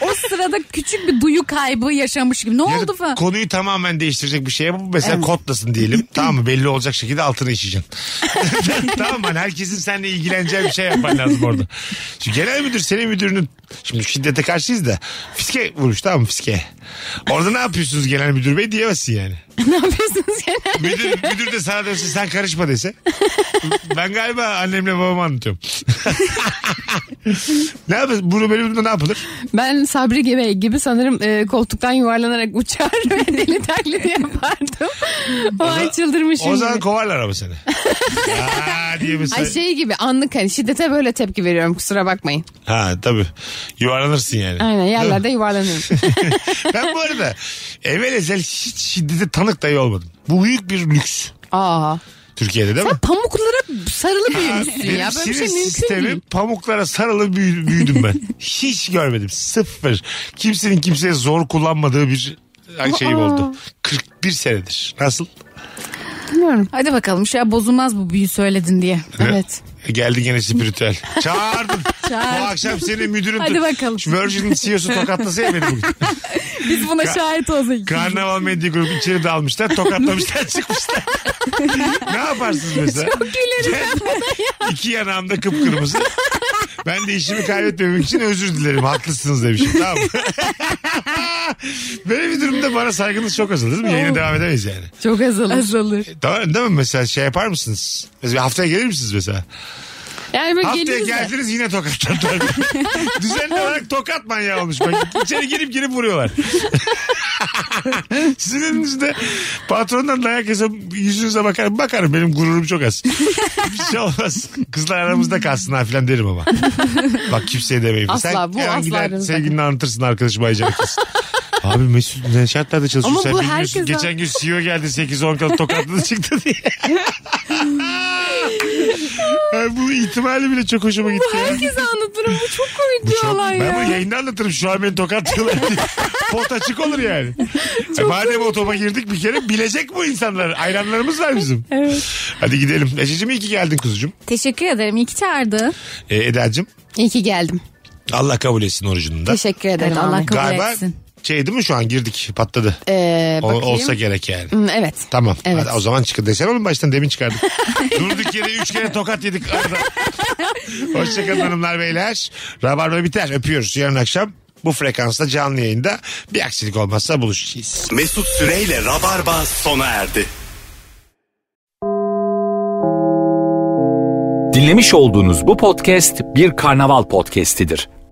S5: o sırada küçük bir duyu kaybı yaşamış gibi. Ne
S3: Ya da
S5: oldu falan?
S3: Konuyu tamamen değiştirecek bir şey ama bu mesela kodlasın diyelim. tamam mı? Belli olacak şekilde altına işeyeceksin. tamam mı? Hani herkesin seninle ilgileneceği bir şey yapman lazım orada. Şimdi genel müdür senin müdürünün şimdi şiddete karşıyız da fiske vurmuş tamam mı fiske. Orada ne yapıyorsunuz genel müdür bey diyemezsin yani.
S4: ne yapıyorsunuz gene?
S3: Müdür, müdür de sana dönse sen karışma dese. Ben galiba annemle babama anlatıyorum. ne yapıyorsun? Bunu böyle bir durumda ne yapılır?
S4: Ben Sabri Gebe gibi sanırım e, koltuktan yuvarlanarak uçar ve deli taklidi yapardım. O, ay çıldırmışım.
S3: O zaman
S4: gibi.
S3: kovarlar ama seni. Aa diye mesela.
S4: şey Ay şey gibi anlık hani şiddete böyle tepki veriyorum kusura bakmayın.
S3: Ha tabii. Yuvarlanırsın yani.
S4: Aynen yerlerde yuvarlanıyorum.
S3: ben bu arada evvel ezel hiç şiddete tanık dahi olmadım. Bu büyük bir lüks.
S4: Aa
S3: Türkiye'de değil mi?
S4: Pamuklara sarılı büyümüşsün
S3: Benim
S4: ya. Böyle bir şey
S3: sinir
S4: mümkün
S3: sistemim
S4: değil.
S3: pamuklara sarılı büyü- büyüdüm ben. Hiç görmedim. Sıfır. Kimsenin kimseye zor kullanmadığı bir ay şeyim oldu. 41 senedir. Nasıl?
S4: Bilmiyorum.
S5: Hadi bakalım şu an bozulmaz bu büyü söyledin diye.
S4: Evet.
S3: E, Geldi gene spiritüel. Çağırdın.
S5: Çağırdım.
S3: Bu akşam seni müdürüm.
S5: Hadi bakalım.
S3: Şu Virgin'in CEO'su tokatlasın ya beni bugün.
S5: Biz buna şahit olacağız.
S3: Karnaval Medya Grubu içeri dalmışlar, tokatlamışlar, çıkmışlar. ne yaparsınız mesela? Çok İki yanağımda kıpkırmızı. Ben de işimi kaybetmemek için özür dilerim. Haklısınız demişim. Tamam mı? Böyle bir durumda bana saygınız çok azalır değil mi? Yayına devam edemeyiz yani.
S4: Çok azalır.
S5: Azalır.
S3: Tamam değil mi? Mesela şey yapar mısınız? Mesela haftaya gelir misiniz mesela?
S4: Yani böyle
S3: Haftaya
S4: geliriz de.
S3: geldiniz yine tokatladılar. Düzenli olarak tokat manyağı olmuş. Bak, içeri girip girip vuruyorlar. Sizin elinizde patrondan dayak yesem yüzünüze bakarım. Bakarım benim gururum çok az. Bir şey olmaz. Kızlar aramızda kalsın ha filan derim ama. Bak kimseye demeyeyim.
S4: Asla, bu
S3: hemen
S4: asla
S3: gider
S4: aramızda
S3: sevgilini anlatırsın arkadaşım ayıcan Abi Mesut ne şartlarda çalışıyor
S4: Ama
S3: sen
S4: bu
S3: bilmiyorsun.
S4: herkesten-
S3: Geçen gün CEO geldi 8-10 kalı tokatladı çıktı diye. Ay, bu ihtimali bile çok hoşuma gitti. ya.
S4: Herkese anlatırım. Bu çok komik
S3: Bu
S4: bir
S3: çok-
S4: olay
S3: ben bunu
S4: ya.
S3: yayında anlatırım şu an beni tokatlıyorlar diye. Pot açık olur yani. E, madem o topa girdik bir kere bilecek bu insanlar. Ayranlarımız var bizim.
S5: Evet.
S3: Hadi gidelim. Ececiğim iyi ki geldin kuzucuğum.
S5: Teşekkür ederim. İyi ki çağırdı.
S3: E, Eda'cığım
S4: İyi ki geldim.
S3: Allah kabul etsin orucunu da.
S4: Teşekkür ederim.
S5: Evet, Allah
S4: Ahmet.
S5: kabul
S3: Galiba
S5: etsin.
S3: şey değil mi şu an girdik patladı.
S4: Ee,
S3: O-
S4: bakayım.
S3: olsa gerek yani.
S4: Hmm, Evet.
S3: Tamam.
S4: Evet.
S3: Hadi o zaman çıkın. Desene oğlum baştan demin çıkardık. Durduk yere üç kere tokat yedik arada. Hoşçakalın hanımlar beyler. Rabarba biter. Öpüyoruz. Yarın akşam bu frekansta canlı yayında bir aksilik olmazsa buluşacağız.
S2: Mesut Süreyle Rabarba sona erdi.
S1: Dinlemiş olduğunuz bu podcast bir karnaval podcastidir.